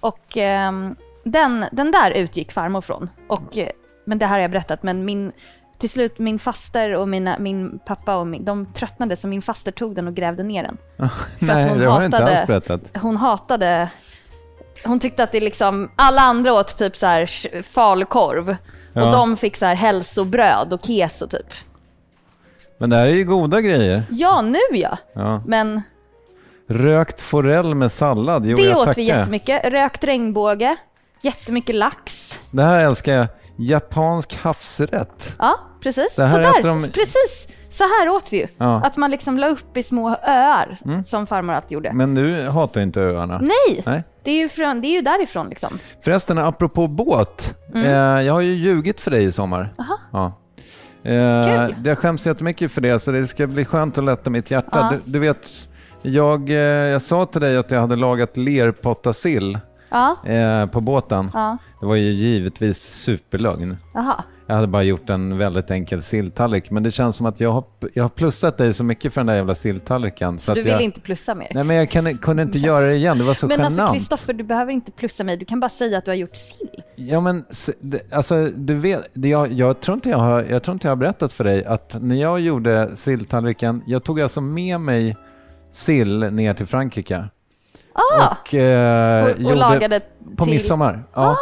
Speaker 2: Och ehm, den, den där utgick farmor från. Och, eh, men det här har jag berättat, men min, till slut min faster och mina, min pappa och min, de tröttnade så min faster tog den och grävde ner den. att
Speaker 1: Nej,
Speaker 2: hon
Speaker 1: det har du inte
Speaker 2: hatade-
Speaker 1: alls berättat.
Speaker 2: Hon hatade... Hon tyckte att det liksom, alla andra åt typ så här sh- falukorv.
Speaker 1: Ja.
Speaker 2: Och de fick så här hälsobröd och keso typ.
Speaker 1: Men det här är ju goda grejer.
Speaker 2: Ja, nu ja.
Speaker 1: Ja.
Speaker 2: Men
Speaker 1: Rökt forell med sallad. Jo,
Speaker 2: Det
Speaker 1: jag
Speaker 2: åt
Speaker 1: tackar.
Speaker 2: vi jättemycket. Rökt regnbåge, jättemycket lax.
Speaker 1: Det här älskar jag. Japansk havsrätt.
Speaker 2: Ja, precis.
Speaker 1: Det här
Speaker 2: så där,
Speaker 1: äter de-
Speaker 2: precis. Så här åt vi ju.
Speaker 1: Ja. Mm.
Speaker 2: Att man liksom la upp i små öar, som farmor alltid gjorde.
Speaker 1: Men du hatar ju inte öarna.
Speaker 2: Nej,
Speaker 1: Nej.
Speaker 2: Det, är ju från, det är ju därifrån liksom.
Speaker 1: Förresten, apropå båt.
Speaker 2: Mm.
Speaker 1: Eh, jag har ju ljugit för dig i sommar. Ja. Eh,
Speaker 2: Kul.
Speaker 1: jag skäms jättemycket för det, så det ska bli skönt att lätta mitt hjärta.
Speaker 2: Ja.
Speaker 1: Du, du vet, jag, eh, jag sa till dig att jag hade lagat lerpottasill
Speaker 2: Ja,
Speaker 1: eh, på båten.
Speaker 2: Ja.
Speaker 1: Det var ju givetvis superlögn.
Speaker 2: jaha.
Speaker 1: Jag hade bara gjort en väldigt enkel silltallrik, men det känns som att jag har, jag har plussat dig så mycket för den där jävla silltallriken. Så
Speaker 2: Du
Speaker 1: att
Speaker 2: vill
Speaker 1: jag,
Speaker 2: inte plussa mer.
Speaker 1: Nej, men jag kan, kunde inte göra det igen. Det var så
Speaker 2: Men
Speaker 1: genant.
Speaker 2: alltså Kristoffer, du behöver inte plussa mig. Du kan bara säga att du har gjort sill.
Speaker 1: Ja, men se- det- alltså, du vet, det- jag, jag, tror inte jag, har, jag tror inte jag har berättat för dig att när jag gjorde silltallriken, jag tog alltså med mig sill ner till Frankrike.
Speaker 2: Ah,
Speaker 1: Och, eh,
Speaker 2: och, och
Speaker 1: gjorde-
Speaker 2: lagade
Speaker 1: På
Speaker 2: till... Ah!
Speaker 1: midsommar. Ja.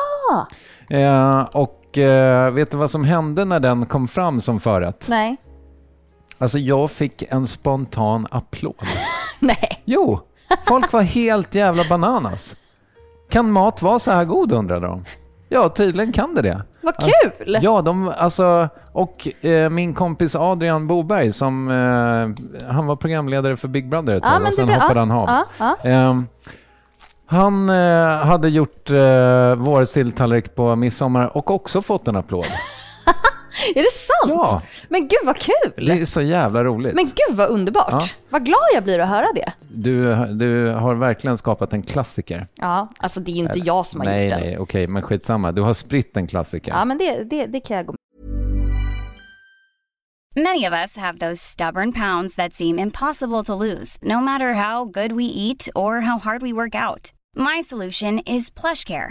Speaker 1: Eh, och eh, vet du vad som hände när den kom fram som förrätt?
Speaker 2: Nej. (laughs)
Speaker 1: Alltså jag fick en spontan applåd.
Speaker 2: Nej.
Speaker 1: Jo, folk var helt jävla bananas. Kan mat vara så här god undrade de. Ja, tydligen kan det det.
Speaker 2: Vad
Speaker 1: Alltså,
Speaker 2: kul!
Speaker 1: ja, de, alltså, och eh, min kompis Adrian Boberg, som, eh, han var programledare för Big Brother ett
Speaker 2: Ja,
Speaker 1: tag
Speaker 2: men
Speaker 1: och sen
Speaker 2: det- ja,
Speaker 1: hoppade han av.
Speaker 2: ja,
Speaker 1: Ehm, han eh, hade gjort eh, vår silltallrik på midsommar och också fått en applåd.
Speaker 2: Är det sant?
Speaker 1: Ja.
Speaker 2: Men gud vad kul!
Speaker 1: Det är så jävla roligt.
Speaker 2: Men gud vad underbart!
Speaker 1: Ja.
Speaker 2: Vad glad jag blir att höra det.
Speaker 1: Du, du har verkligen skapat en klassiker.
Speaker 2: Ja, alltså det är ju inte jag som har
Speaker 1: nej,
Speaker 2: gjort
Speaker 1: Nej,
Speaker 2: den.
Speaker 1: nej, okej, men skitsamma. Du har spritt en klassiker.
Speaker 2: Ja, men det, det, det kan jag gå med
Speaker 4: Many of us have those stubborn pounds that seem impossible to lose, no matter how good we eat or how hard we work out. My solution is PlushCare.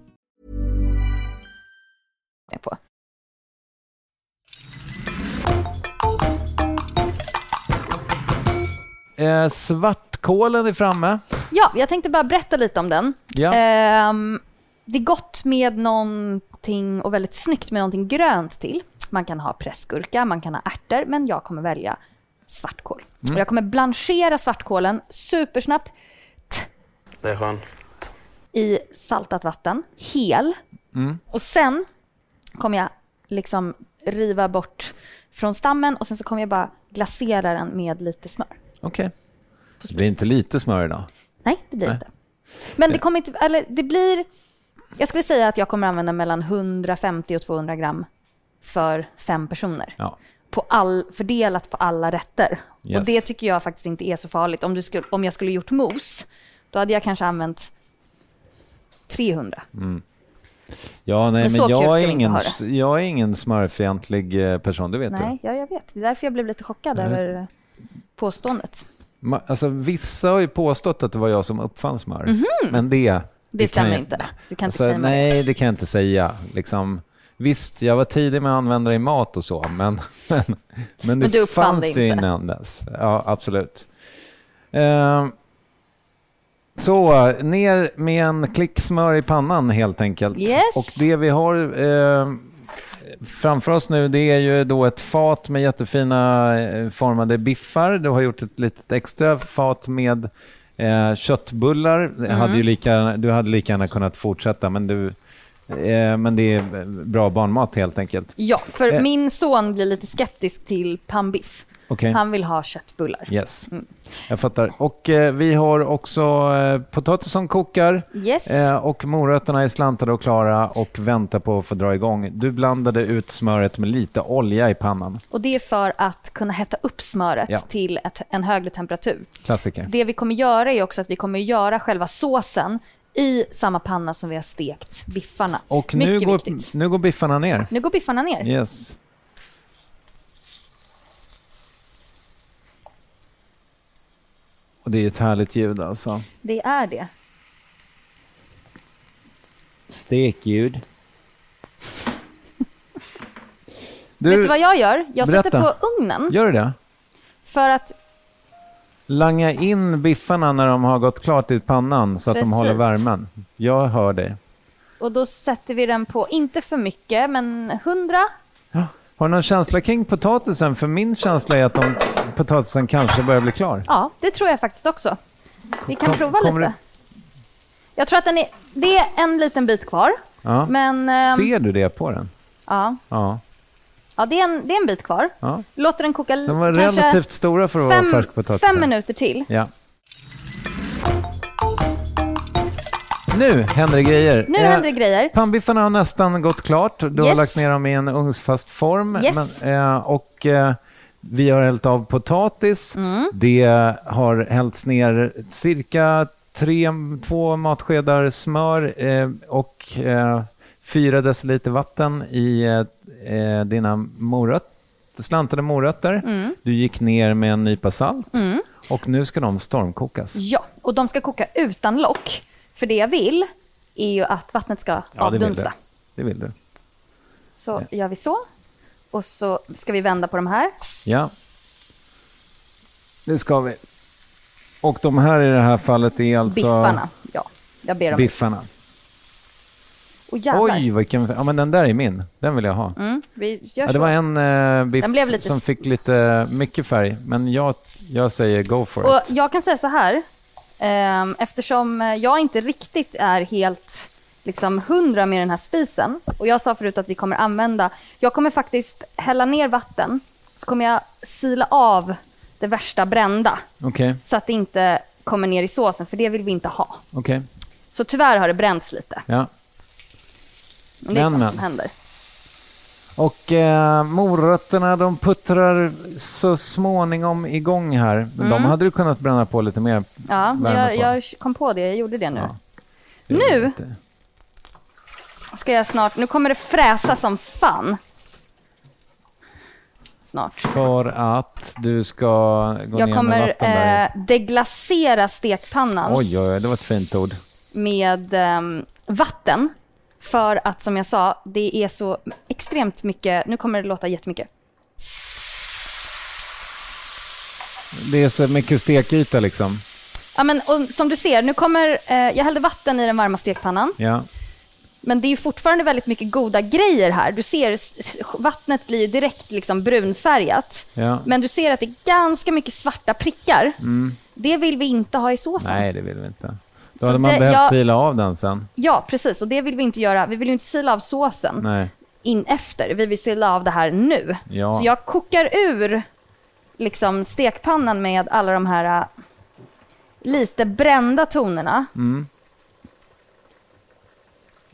Speaker 2: på.
Speaker 1: Eh, svartkålen är framme.
Speaker 2: Ja, jag tänkte bara berätta lite om den.
Speaker 1: Ja.
Speaker 2: Ehm, det är gott med någonting och väldigt snyggt med någonting grönt till. Man kan ha pressgurka, man kan ha ärtor, men jag kommer välja svartkål. Och jag kommer blanchera svartkålen supersnabbt
Speaker 5: Det är skönt.
Speaker 2: i saltat vatten, hel. Och sen kommer jag liksom riva bort från stammen och sen så kommer jag bara glasera den med lite smör.
Speaker 1: Okej. Det blir inte lite smör idag.
Speaker 2: Nej, det blir det inte. Men det
Speaker 1: Eh.
Speaker 2: kommer inte, eller det blir, jag skulle säga att jag kommer använda mellan 150 och 200 gram för fem personer.
Speaker 1: Ja.
Speaker 2: På all, fördelat på alla rätter.
Speaker 1: Yes.
Speaker 2: Och det tycker jag faktiskt inte är så farligt. Om, du skulle, om jag skulle gjort mos, då hade jag kanske använt 300.
Speaker 1: Mm, Ja, nej,
Speaker 2: Men
Speaker 1: men,
Speaker 2: så kul ska
Speaker 1: jag, är
Speaker 2: vi inte
Speaker 1: ingen,
Speaker 2: ha det.
Speaker 1: jag är ingen smörfientlig eh, person, det vet
Speaker 2: Nej, ja, jag vet. Det är därför jag blev lite chockad över påståendet.
Speaker 1: du. Ma- Alltså, vissa har ju påstått att det var jag som uppfann smör, men det... Det,
Speaker 2: Mhm. Det,
Speaker 1: kan
Speaker 2: stämmer
Speaker 1: jag-
Speaker 2: inte. Du kan
Speaker 1: Alltså,
Speaker 2: inte säga nej.
Speaker 1: nej, det kan jag inte säga. Liksom, visst, jag var tidig med att använda det i mat och så, men, (laughs) men, men det
Speaker 2: Men du uppfann
Speaker 1: fanns
Speaker 2: det
Speaker 1: ju
Speaker 2: inte.
Speaker 1: innan dess. Ja, absolut. Ehm, så, ner med en klick smör i pannan helt enkelt.
Speaker 2: Yes.
Speaker 1: Och det vi har ehm, framför oss nu, det är ju då ett fat med jättefina eh, formade biffar. Du har gjort ett litet extra fat med eh, köttbullar. Det Hade ju lika, du hade lika gärna kunnat fortsätta, men, du, eh, men det är bra barnmat helt enkelt.
Speaker 2: Ja, för
Speaker 1: Eh.
Speaker 2: min son blir lite skeptisk till pannbiff.
Speaker 1: Okej.
Speaker 2: Han vill ha köttbullar.
Speaker 1: Yes, jag fattar. Och eh, vi har också eh, potatis som kokar.
Speaker 2: Yes.
Speaker 1: Eh, och morötterna är slantade och klara och väntar på att få dra igång. Du blandade ut smöret med lite olja i pannan.
Speaker 2: Och det är för att kunna hetta upp smöret
Speaker 1: Ja.
Speaker 2: till ett, en högre temperatur.
Speaker 1: Klassiker.
Speaker 2: Det vi kommer göra är också att vi kommer göra själva såsen i samma panna som vi har stekt biffarna.
Speaker 1: Och nu
Speaker 2: Mycket
Speaker 1: går,
Speaker 2: viktigt.
Speaker 1: nu går biffarna ner.
Speaker 2: Nu går biffarna ner.
Speaker 1: Yes. Och det är ett härligt ljud alltså.
Speaker 2: Det är det.
Speaker 1: Stekljud. Du,
Speaker 2: Vet du vad jag gör? Jag sätter
Speaker 1: Berätta.
Speaker 2: på ugnen
Speaker 1: gör du det?
Speaker 2: för att
Speaker 1: Langa in biffarna när de har gått klart i pannan så att
Speaker 2: Precis.
Speaker 1: de håller värmen. Jag hör dig.
Speaker 2: och då sätter vi den på, inte för mycket, men 100.
Speaker 1: Ja. Har du någon känsla kring potatisen? För min känsla är att de, potatisen kanske börjar bli klar.
Speaker 2: Ja, det tror jag faktiskt också. Vi kan
Speaker 1: Kom-
Speaker 2: prova
Speaker 1: kommer
Speaker 2: lite. Jag tror att den är, det är en liten bit kvar.
Speaker 1: Ja.
Speaker 2: Men, ehm,
Speaker 1: Ser du det på den?
Speaker 2: ja,
Speaker 1: Ja.
Speaker 2: ja det, är en, det är en bit kvar.
Speaker 1: ja.
Speaker 2: Låter den koka
Speaker 1: De var
Speaker 2: kanske
Speaker 1: relativt stora för att vara
Speaker 2: fem,
Speaker 1: färskpotatis.
Speaker 2: fem minuter till.
Speaker 1: Ja. Nu händer det grejer. Eh,
Speaker 2: Nu händer det grejer.
Speaker 1: Pannbiffarna har nästan gått klart. Du har
Speaker 2: Yes.
Speaker 1: lagt ner dem i en ugnsfast form.
Speaker 2: Yes.
Speaker 1: Men, eh, och, eh, vi har hällt av potatis.
Speaker 2: Mm.
Speaker 1: Det har hällts ner cirka tre, två matskedar smör eh, och eh, fyra deciliter vatten i eh, eh,
Speaker 2: Mm.
Speaker 1: dina morötter, slantade morötter. Du gick ner med en nypa salt. Och nu ska de stormkokas.
Speaker 2: Ja, och de ska koka utan lock. För det jag vill är ju att vattnet ska
Speaker 1: det vill
Speaker 2: avdunsta.
Speaker 1: du. Det vill du.
Speaker 2: Så gör vi så. Och så ska vi vända på de här.
Speaker 1: Ja. Det ska vi. Och de här i det här fallet är alltså...
Speaker 2: Biffarna. Ja, jag ber om det.
Speaker 1: Biffarna.
Speaker 2: Och jävlar.
Speaker 1: Oj, vilken... Ja, men den där är min. Den vill jag ha.
Speaker 2: Mm, vi gör
Speaker 1: Ja, det var en eh, biff
Speaker 2: Den blev lite-
Speaker 1: som fick lite mycket färg, men jag, jag säger go for
Speaker 2: Och
Speaker 1: it.
Speaker 2: jag kan säga så här, ehm, eftersom eh, jag inte riktigt är helt liksom hundra med den här spisen och jag sa förut att vi kommer använda, jag kommer faktiskt hälla ner vatten så kommer jag sila av det värsta brända
Speaker 1: Okej,
Speaker 2: så att det inte kommer ner i såsen för det vill vi inte ha.
Speaker 1: okej.
Speaker 2: Så tyvärr har det bränts lite.
Speaker 1: Ja.
Speaker 2: Men det är
Speaker 1: Men,
Speaker 2: sånt
Speaker 1: men.
Speaker 2: som händer.
Speaker 1: Och eh, morötterna, de puttrar så småningom igång här. Men de hade du kunnat bränna på lite mer.
Speaker 2: Mm. Ja,
Speaker 1: värme
Speaker 2: jag,
Speaker 1: på.
Speaker 2: jag kom på det, jag gjorde det nu.
Speaker 1: Ja.
Speaker 2: Nu ska jag snart, nu kommer det fräsa som fan. Snart.
Speaker 1: För att du ska gå
Speaker 2: Jag
Speaker 1: ner med
Speaker 2: kommer
Speaker 1: vatten där.
Speaker 2: eh, deglasera stekpannan
Speaker 1: Oj, oj, oj, det var ett fint ord.
Speaker 2: med ehm, vatten. För att som jag sa, det är så extremt mycket, nu kommer det låta jättemycket.
Speaker 1: Det är så mycket stekyta liksom.
Speaker 2: Ja, men, och, som du ser, nu kommer, eh, jag hällde vatten i den varma stekpannan.
Speaker 1: Ja,
Speaker 2: Men det är ju fortfarande väldigt mycket goda grejer här. Du ser, s- s- vattnet blir ju direkt liksom brunfärgat.
Speaker 1: ja. Mm.
Speaker 2: Men du ser att det är ganska mycket svarta prickar. Det vill vi inte ha i såsen.
Speaker 1: Nej, det vill vi inte. Då
Speaker 2: Så
Speaker 1: hade man
Speaker 2: det-
Speaker 1: behövt
Speaker 2: jag-
Speaker 1: sila av den sen.
Speaker 2: Ja, precis. Och det vill vi inte göra. Vi vill ju inte sila av såsen.
Speaker 1: Nej.
Speaker 2: in efter. Vi vill sila av det här nu.
Speaker 1: Ja.
Speaker 2: Så jag kokar ur liksom, stekpannan med alla de här äh, lite brända tonerna.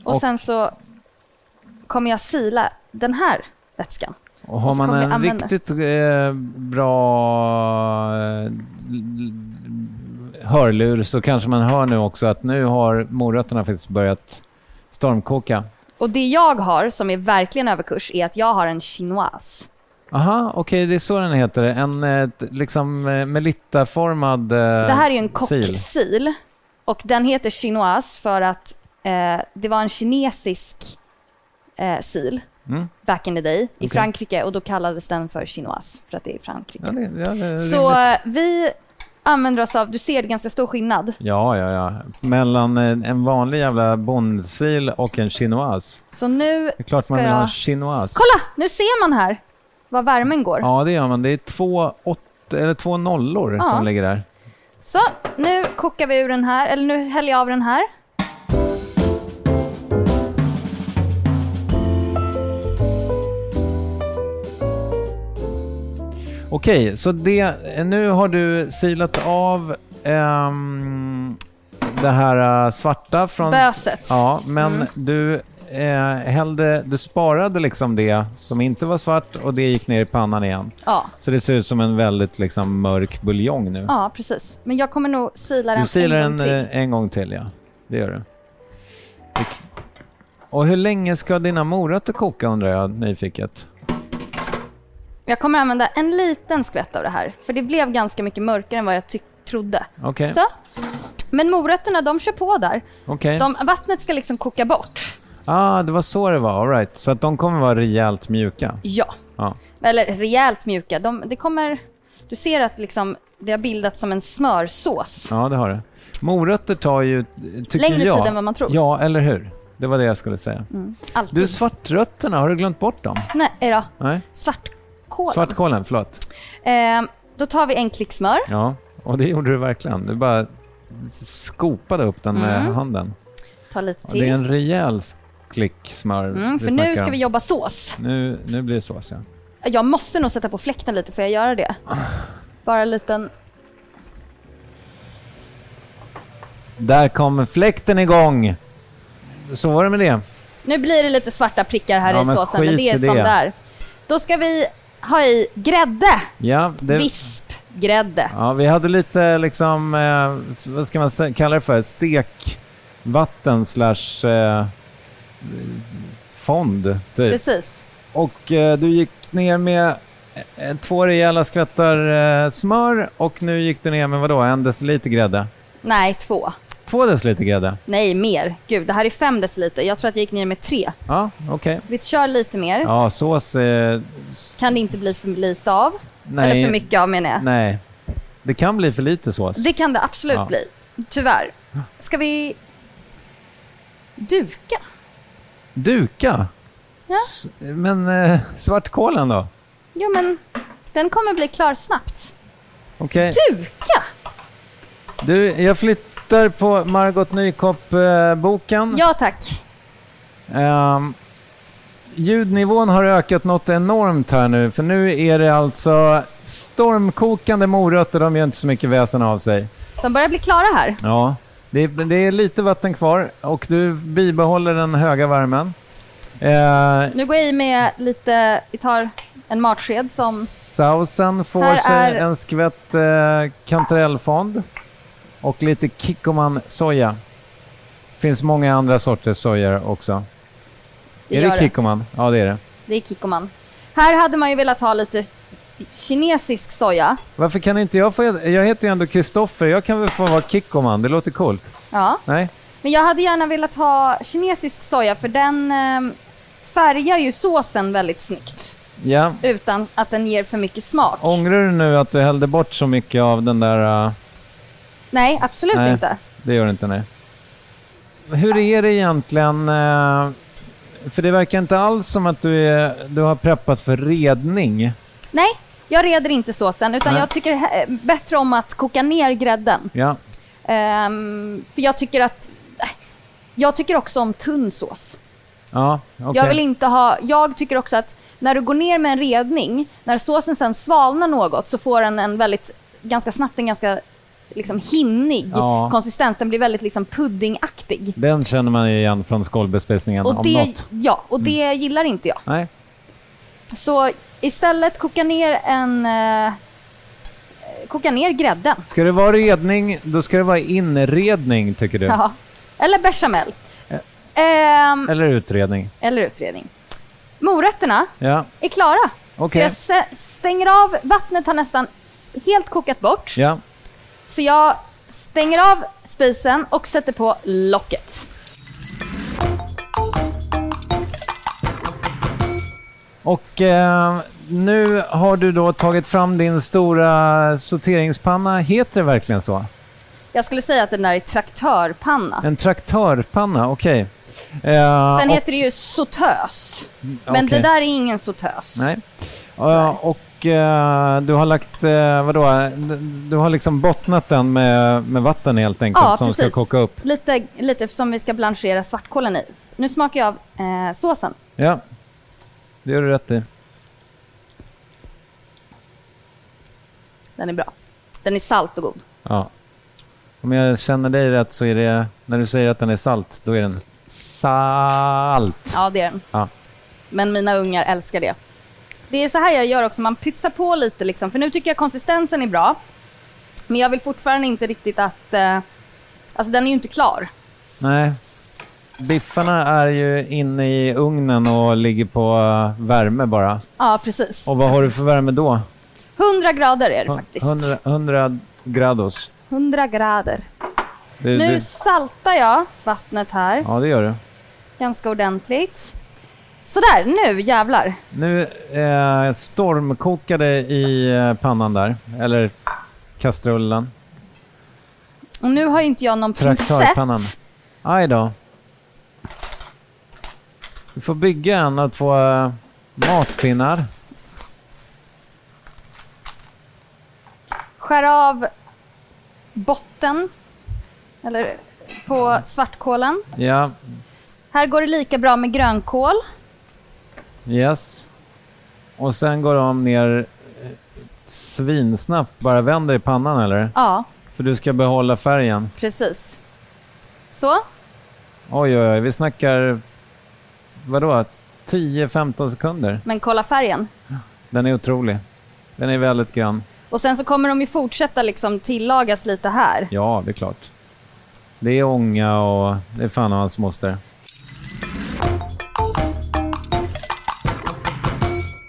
Speaker 2: Och,
Speaker 1: Och-
Speaker 2: sen så kommer jag sila den här vätskan.
Speaker 1: Och har
Speaker 2: Och så
Speaker 1: man
Speaker 2: kommer vi
Speaker 1: en
Speaker 2: använda-
Speaker 1: riktigt eh, bra eh, l- l- hörlur så kanske man hör nu också att nu har morötterna faktiskt börjat stormkoka.
Speaker 2: Och det jag har, som är verkligen överkurs, är att jag har en chinoise.
Speaker 1: Aha, okej, det är så den heter. En eh, t- liksom eh, melittaformad eh,
Speaker 2: Det här är ju en
Speaker 1: sil.
Speaker 2: kocksil. Och den heter chinoise för att eh, det var en kinesisk eh, sil
Speaker 1: Mm.
Speaker 2: back in the day i
Speaker 1: Okej.
Speaker 2: Frankrike och då kallades den för chinoise för att det är i Frankrike.
Speaker 1: Ja, det, ja, det är
Speaker 2: Så
Speaker 1: rimligt.
Speaker 2: eh, vi använder oss av, du ser det är ganska stor skillnad.
Speaker 1: Ja, ja, ja. Mellan eh, en vanlig jävla bondsil och en chinoise.
Speaker 2: Så nu
Speaker 1: Det är klart
Speaker 2: ska
Speaker 1: man vill ha en
Speaker 2: jag...
Speaker 1: chinoise.
Speaker 2: Kolla! Nu ser man här vad värmen går.
Speaker 1: Ja, det gör man. Det är två, åt, eller två nollor
Speaker 2: Ja.
Speaker 1: som ligger där.
Speaker 2: Så, nu kokar vi ur den här, eller nu häller jag av den här.
Speaker 1: Okej, så det, eh, nu har du silat av ehm, det här eh, svarta från...
Speaker 2: Böset. Mm.
Speaker 1: Ja, men du eh, hällde, du sparade liksom det som inte var svart och det gick ner i pannan igen.
Speaker 2: Ja.
Speaker 1: Så det ser ut som en väldigt liksom, mörk buljong nu.
Speaker 2: ja, precis. Men jag kommer nog sila den
Speaker 1: du silar
Speaker 2: en
Speaker 1: den
Speaker 2: gång till.
Speaker 1: eh, en gång till, ja. Det gör du. Och- Och hur länge ska dina morötter koka undrar jag nyfiket.
Speaker 2: Jag kommer använda en liten skvätt av det här, för det blev ganska mycket mörkare än vad jag ty- trodde.
Speaker 1: Okej,
Speaker 2: Så. Men morötterna, de kör på där.
Speaker 1: okej.
Speaker 2: De, vattnet ska liksom koka bort.
Speaker 1: Ah, det var så det var. All right. Så att de kommer vara rejält mjuka.
Speaker 2: Ja.
Speaker 1: Ja.
Speaker 2: Eller rejält mjuka. De, det kommer... Du ser att liksom, det har bildats som en smörsås.
Speaker 1: Ja, det har det. Morötter tar ju, tycker
Speaker 2: Längre
Speaker 1: jag...
Speaker 2: tid än vad man tror. Mm.
Speaker 1: Ja, eller hur? Det var det jag skulle säga.
Speaker 2: Alltid.
Speaker 1: Du, svartrötterna, har du glömt bort dem?
Speaker 2: Nej, då.
Speaker 1: Nej?
Speaker 2: Svartkål.
Speaker 1: Svartkålen, förlåt.
Speaker 2: Ehm, då tar vi en klick smör.
Speaker 1: Ja, och det gjorde du verkligen. Du bara skopade upp den
Speaker 2: Mm.
Speaker 1: med handen.
Speaker 2: Ta lite
Speaker 1: Och det är
Speaker 2: till.
Speaker 1: en rejäl klick smör
Speaker 2: Mm,
Speaker 1: vi
Speaker 2: för nu
Speaker 1: snackar
Speaker 2: ska
Speaker 1: om.
Speaker 2: vi jobba sås.
Speaker 1: Nu, nu blir det sås, ja.
Speaker 2: Jag måste nog sätta på fläkten lite, får jag göra det?
Speaker 1: (clears throat)
Speaker 2: Bara en liten...
Speaker 1: Där kom fläkten igång! Så var det med det.
Speaker 2: Nu blir det lite svarta prickar här
Speaker 1: Ja,
Speaker 2: i
Speaker 1: men
Speaker 2: såsen, men
Speaker 1: skit
Speaker 2: det är
Speaker 1: i
Speaker 2: som
Speaker 1: det.
Speaker 2: där. Då ska vi ha i grädde.
Speaker 1: Ja, det...
Speaker 2: Vispgrädde.
Speaker 1: Ja, vi hade lite liksom, eh, s- vad ska man sä- kalla det för, stekvatten slash eh, fond typ.
Speaker 2: Precis.
Speaker 1: Och eh, du gick ner med Eh, Två rejäla skvättar eh, smör och nu gick du ner med vadå, en deciliter grädde?
Speaker 2: Nej, två.
Speaker 1: Två deciliter grädde?
Speaker 2: Nej, mer. Gud, det här är fem deciliter. Jag tror att jag gick ner med tre.
Speaker 1: Ja, okej.
Speaker 2: Vi kör lite mer.
Speaker 1: Ja, sås... Eh, s-
Speaker 2: Kan det inte bli för lite av?
Speaker 1: nej,
Speaker 2: Eller för mycket av menar jag.
Speaker 1: Nej. Det kan bli för lite sås.
Speaker 2: Det kan det absolut
Speaker 1: Ja.
Speaker 2: bli. Tyvärr. Ska vi duka?
Speaker 1: Duka? S- men eh, svartkålen då?
Speaker 2: Ja, men den kommer bli klar snabbt.
Speaker 1: Okej.
Speaker 2: Duka?
Speaker 1: Du, jag flyttar på Margot Nykopp-boken.
Speaker 2: Ja, tack.
Speaker 1: Ehm, ljudnivån har ökat något enormt här nu, för nu är det alltså stormkokande morötter. De gör inte så mycket väsen av sig.
Speaker 2: De börjar bli klara här.
Speaker 1: Ja. Det, är- det är lite vatten kvar och du bibehåller den höga värmen. Eh,
Speaker 2: Nu går jag i med lite... Vi tar en matsked som...
Speaker 1: Sausen får
Speaker 2: Här
Speaker 1: sig
Speaker 2: är-
Speaker 1: en skvätt eh, kantarellfond och lite kikkoman-soja. finns många andra sorters sojor också.
Speaker 2: Det
Speaker 1: är
Speaker 2: gör
Speaker 1: det
Speaker 2: det.
Speaker 1: kikkoman? Ja, det är det.
Speaker 2: Det är kikkoman. Här hade man ju velat ha lite kinesisk soja.
Speaker 1: Varför kan inte jag få... Jag heter ju ändå Kristoffer. Jag kan väl få vara kikkoman? Det låter coolt.
Speaker 2: Ja.
Speaker 1: Nej?
Speaker 2: Men jag hade gärna velat ha kinesisk soja för den ehm, färgar ju såsen väldigt snyggt
Speaker 1: Ja.
Speaker 2: utan att den ger för mycket smak.
Speaker 1: Ångrar du nu att du hällde bort så mycket av den där... eh,
Speaker 2: Nej, absolut
Speaker 1: Nej.
Speaker 2: inte.
Speaker 1: Det gör det inte, nej. Hur är det egentligen? eh, För det verkar inte alls som att du, är, du har preppat för redning.
Speaker 2: Nej, jag reder inte såsen utan
Speaker 1: Nej.
Speaker 2: jag tycker he- bättre om att koka ner grädden.
Speaker 1: Ja.
Speaker 2: Ehm, för jag tycker att... äh, Jag tycker också om tunn sås.
Speaker 1: Ja, okej.
Speaker 2: Jag vill inte ha... Jag tycker också att när du går ner med en redning, när såsen sen svalnar något så får den en väldigt, ganska snabbt en ganska liksom hinnig
Speaker 1: Ja.
Speaker 2: konsistens. Den blir väldigt liksom puddingaktig.
Speaker 1: Den känner man ju igen från skolbespisningen om
Speaker 2: Och det,
Speaker 1: något. Mm.
Speaker 2: ja, och det gillar inte jag.
Speaker 1: Nej.
Speaker 2: Så istället koka ner en... Eh, koka ner grädden.
Speaker 1: Ska det vara redning, då ska det vara inredning, tycker du?
Speaker 2: Ja. Eller bechamel.
Speaker 1: Eh.
Speaker 2: Ehm,
Speaker 1: Eller utredning.
Speaker 2: eller utredning. Morötterna
Speaker 1: Ja,
Speaker 2: är klara.
Speaker 1: Okej.
Speaker 2: Så jag se- stänger av, vattnet har nästan helt kokat bort.
Speaker 1: ja.
Speaker 2: Så jag stänger av spisen och sätter på locket.
Speaker 1: Och eh, nu har du då tagit fram din stora sorteringspanna. Heter det verkligen så?
Speaker 2: Jag skulle säga att den där är traktörpanna.
Speaker 1: En traktörpanna, okej. Eh,
Speaker 2: Sen
Speaker 1: och-
Speaker 2: heter det ju sotös. Men
Speaker 1: okej.
Speaker 2: det där är ingen sotös.
Speaker 1: Nej. Eh, och eh, du har lagt, eh, vadå, du har liksom bottnat den med, med vatten helt enkelt
Speaker 2: Ja,
Speaker 1: som
Speaker 2: precis.
Speaker 1: ska koka upp.
Speaker 2: Lite, lite som vi ska blanchera svartkålen i. Nu smakar jag av eh, såsen.
Speaker 1: Ja, det gör du rätt i.
Speaker 2: Den är bra. Den är salt och god.
Speaker 1: Ja. Om jag känner dig rätt så är det, när du säger att den är salt, då är den salt.
Speaker 2: Ja, det är den.
Speaker 1: Ja.
Speaker 2: Men mina ungar älskar det. Det är så här jag gör också, man pytsar på lite liksom. För nu tycker jag konsistensen är bra. Men jag vill fortfarande inte riktigt att... Eh, alltså den är ju inte klar.
Speaker 1: Nej. Biffarna är ju inne i ugnen och ligger på eh, värme bara.
Speaker 2: Ja, precis.
Speaker 1: Och vad har du för värme då?
Speaker 2: 100 grader är det faktiskt.
Speaker 1: 100, 100 grados.
Speaker 2: 100 grader.
Speaker 1: Du,
Speaker 2: Nu
Speaker 1: du,
Speaker 2: saltar jag vattnet här
Speaker 1: ja, det gör du.
Speaker 2: ganska ordentligt. Sådär, nu jävlar.
Speaker 1: Nu eh, stormkokar det i eh, pannan där, eller kastrullen,
Speaker 2: Och nu har ju inte jag någon pincett.
Speaker 1: traktörpannan. Aj då. Du får bygga en av två eh, matpinnar.
Speaker 2: Skär av botten. Eller på svartkålen.
Speaker 1: Ja,
Speaker 2: Här går det lika bra med grönkål.
Speaker 1: yes. Och sen går de ner eh, svinsnabbt, bara vänder i pannan eller?
Speaker 2: Ja,
Speaker 1: För du ska behålla färgen.
Speaker 2: precis. Så.
Speaker 1: Oj, oj, oj, vi snackar, vadå, 10-15 sekunder.
Speaker 2: Men kolla färgen.
Speaker 1: Den är otrolig. Den är väldigt grann.
Speaker 2: Och sen så kommer de ju fortsätta liksom tillagas lite här.
Speaker 1: Ja, det är klart. Det är ånga och det är fan och hans moster.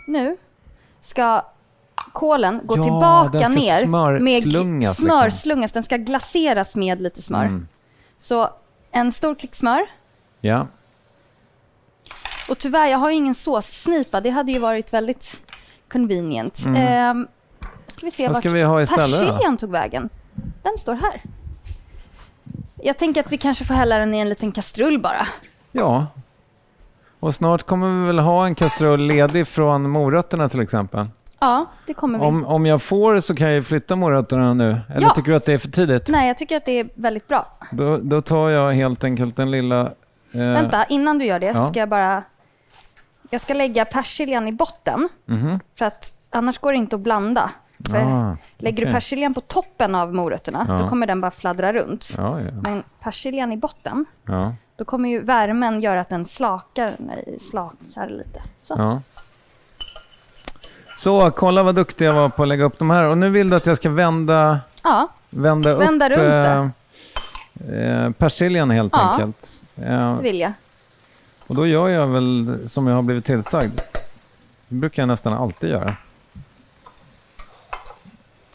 Speaker 2: Nu ska kålen går
Speaker 1: Ja,
Speaker 2: tillbaka
Speaker 1: den ska
Speaker 2: ner med
Speaker 1: smörslungas, liksom. Mm.
Speaker 2: smörslungas. Den ska glaseras med lite smör. Så en stor klick smör.
Speaker 1: Ja.
Speaker 2: Och tyvärr, jag har ju ingen såssnipa. Det hade ju varit väldigt convenient. Ehm, ska vi se
Speaker 1: Mm. Vad
Speaker 2: vart
Speaker 1: ska vi ha istället, då?
Speaker 2: persiljan tog vägen. Den står här. Jag tänker att vi kanske får hälla den i en liten kastrull bara.
Speaker 1: Ja. Och snart kommer vi väl ha en kastrull ledig från morötterna till exempel.
Speaker 2: Ja, det kommer vi.
Speaker 1: Om, om jag får så kan jag ju flytta morötterna nu. Eller
Speaker 2: Ja.
Speaker 1: tycker du att det är för tidigt?
Speaker 2: Nej, jag tycker att det är väldigt bra.
Speaker 1: Då, då tar jag helt enkelt den lilla... eh,
Speaker 2: Vänta, innan du gör det så
Speaker 1: Ja.
Speaker 2: ska jag bara... Jag ska lägga persiljan i botten. För att annars går det inte att blanda. För
Speaker 1: Mhm. Ah,
Speaker 2: lägger du
Speaker 1: okej.
Speaker 2: persiljan på toppen av morötterna, då
Speaker 1: Ja.
Speaker 2: kommer den bara fladdra runt.
Speaker 1: Ja, ja.
Speaker 2: Men persiljan i botten,
Speaker 1: ja,
Speaker 2: då kommer ju värmen göra att den slakar, nej, slakar lite. Så.
Speaker 1: ja. Så, kolla vad duktig jag var på att lägga upp de här. Och nu vill du att jag ska vända,
Speaker 2: Ja.
Speaker 1: vända,
Speaker 2: Vända
Speaker 1: upp
Speaker 2: runt
Speaker 1: eh, eh, persiljan helt
Speaker 2: Ja.
Speaker 1: enkelt. Eh,
Speaker 2: det vill jag.
Speaker 1: och då gör jag väl som jag har blivit tillsagd. Det brukar jag nästan alltid göra.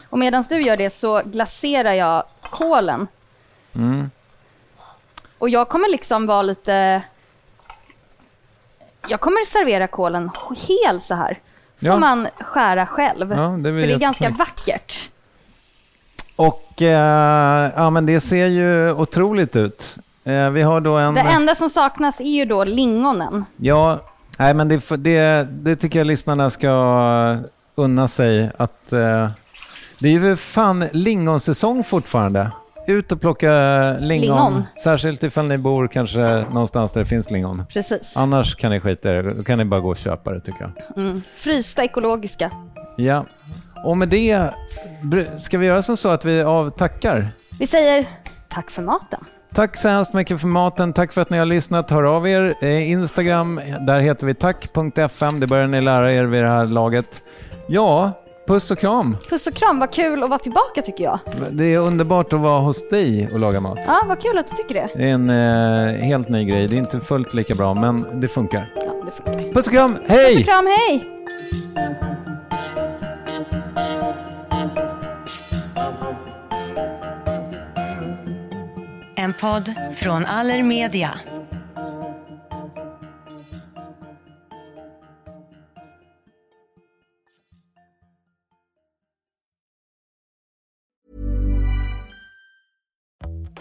Speaker 2: Och medan du gör det så glaserar jag kålen.
Speaker 1: Mm.
Speaker 2: Och jag kommer liksom vara lite... Jag kommer servera kålen hel så här. Får
Speaker 1: Ja.
Speaker 2: man skära själv.
Speaker 1: Ja, det blir
Speaker 2: för det är ganska
Speaker 1: jättesnyggt.
Speaker 2: vackert.
Speaker 1: Och eh, ja, men det ser ju otroligt ut. Eh, vi har då en...
Speaker 2: Det enda som saknas är ju då lingonen.
Speaker 1: Ja, nej, men det, får- det, det tycker jag lyssnarna ska unna sig. Att, eh, det är ju för fan lingonsäsong fortfarande. Ut och plocka lingon.
Speaker 2: Lingon.
Speaker 1: Särskilt ifall ni bor kanske någonstans där det finns lingon.
Speaker 2: Precis.
Speaker 1: Annars kan ni skita i det. Då kan ni bara gå och köpa det tycker jag.
Speaker 2: Frysta ekologiska.
Speaker 1: Ja. Och med det, br- ska vi göra som så att vi avtackar?
Speaker 2: Vi säger tack för maten.
Speaker 1: Tack så hemskt mycket för maten. Tack för att ni har lyssnat. Hör av er. Eh, Instagram, där heter vi tack.fm. Det börjar ni lära er vid det här laget. Ja, puss och kram.
Speaker 2: Puss och kram, vad kul att vara tillbaka tycker jag.
Speaker 1: Det är underbart att vara hos dig och laga mat.
Speaker 2: Ja, vad kul att du tycker det.
Speaker 1: Det är en eh, helt ny grej. Det är inte fullt lika bra, men det funkar.
Speaker 2: Ja, det funkar.
Speaker 1: Puss och kram. Hej!
Speaker 2: Puss och kram, hej!
Speaker 6: En podd från Allermedia.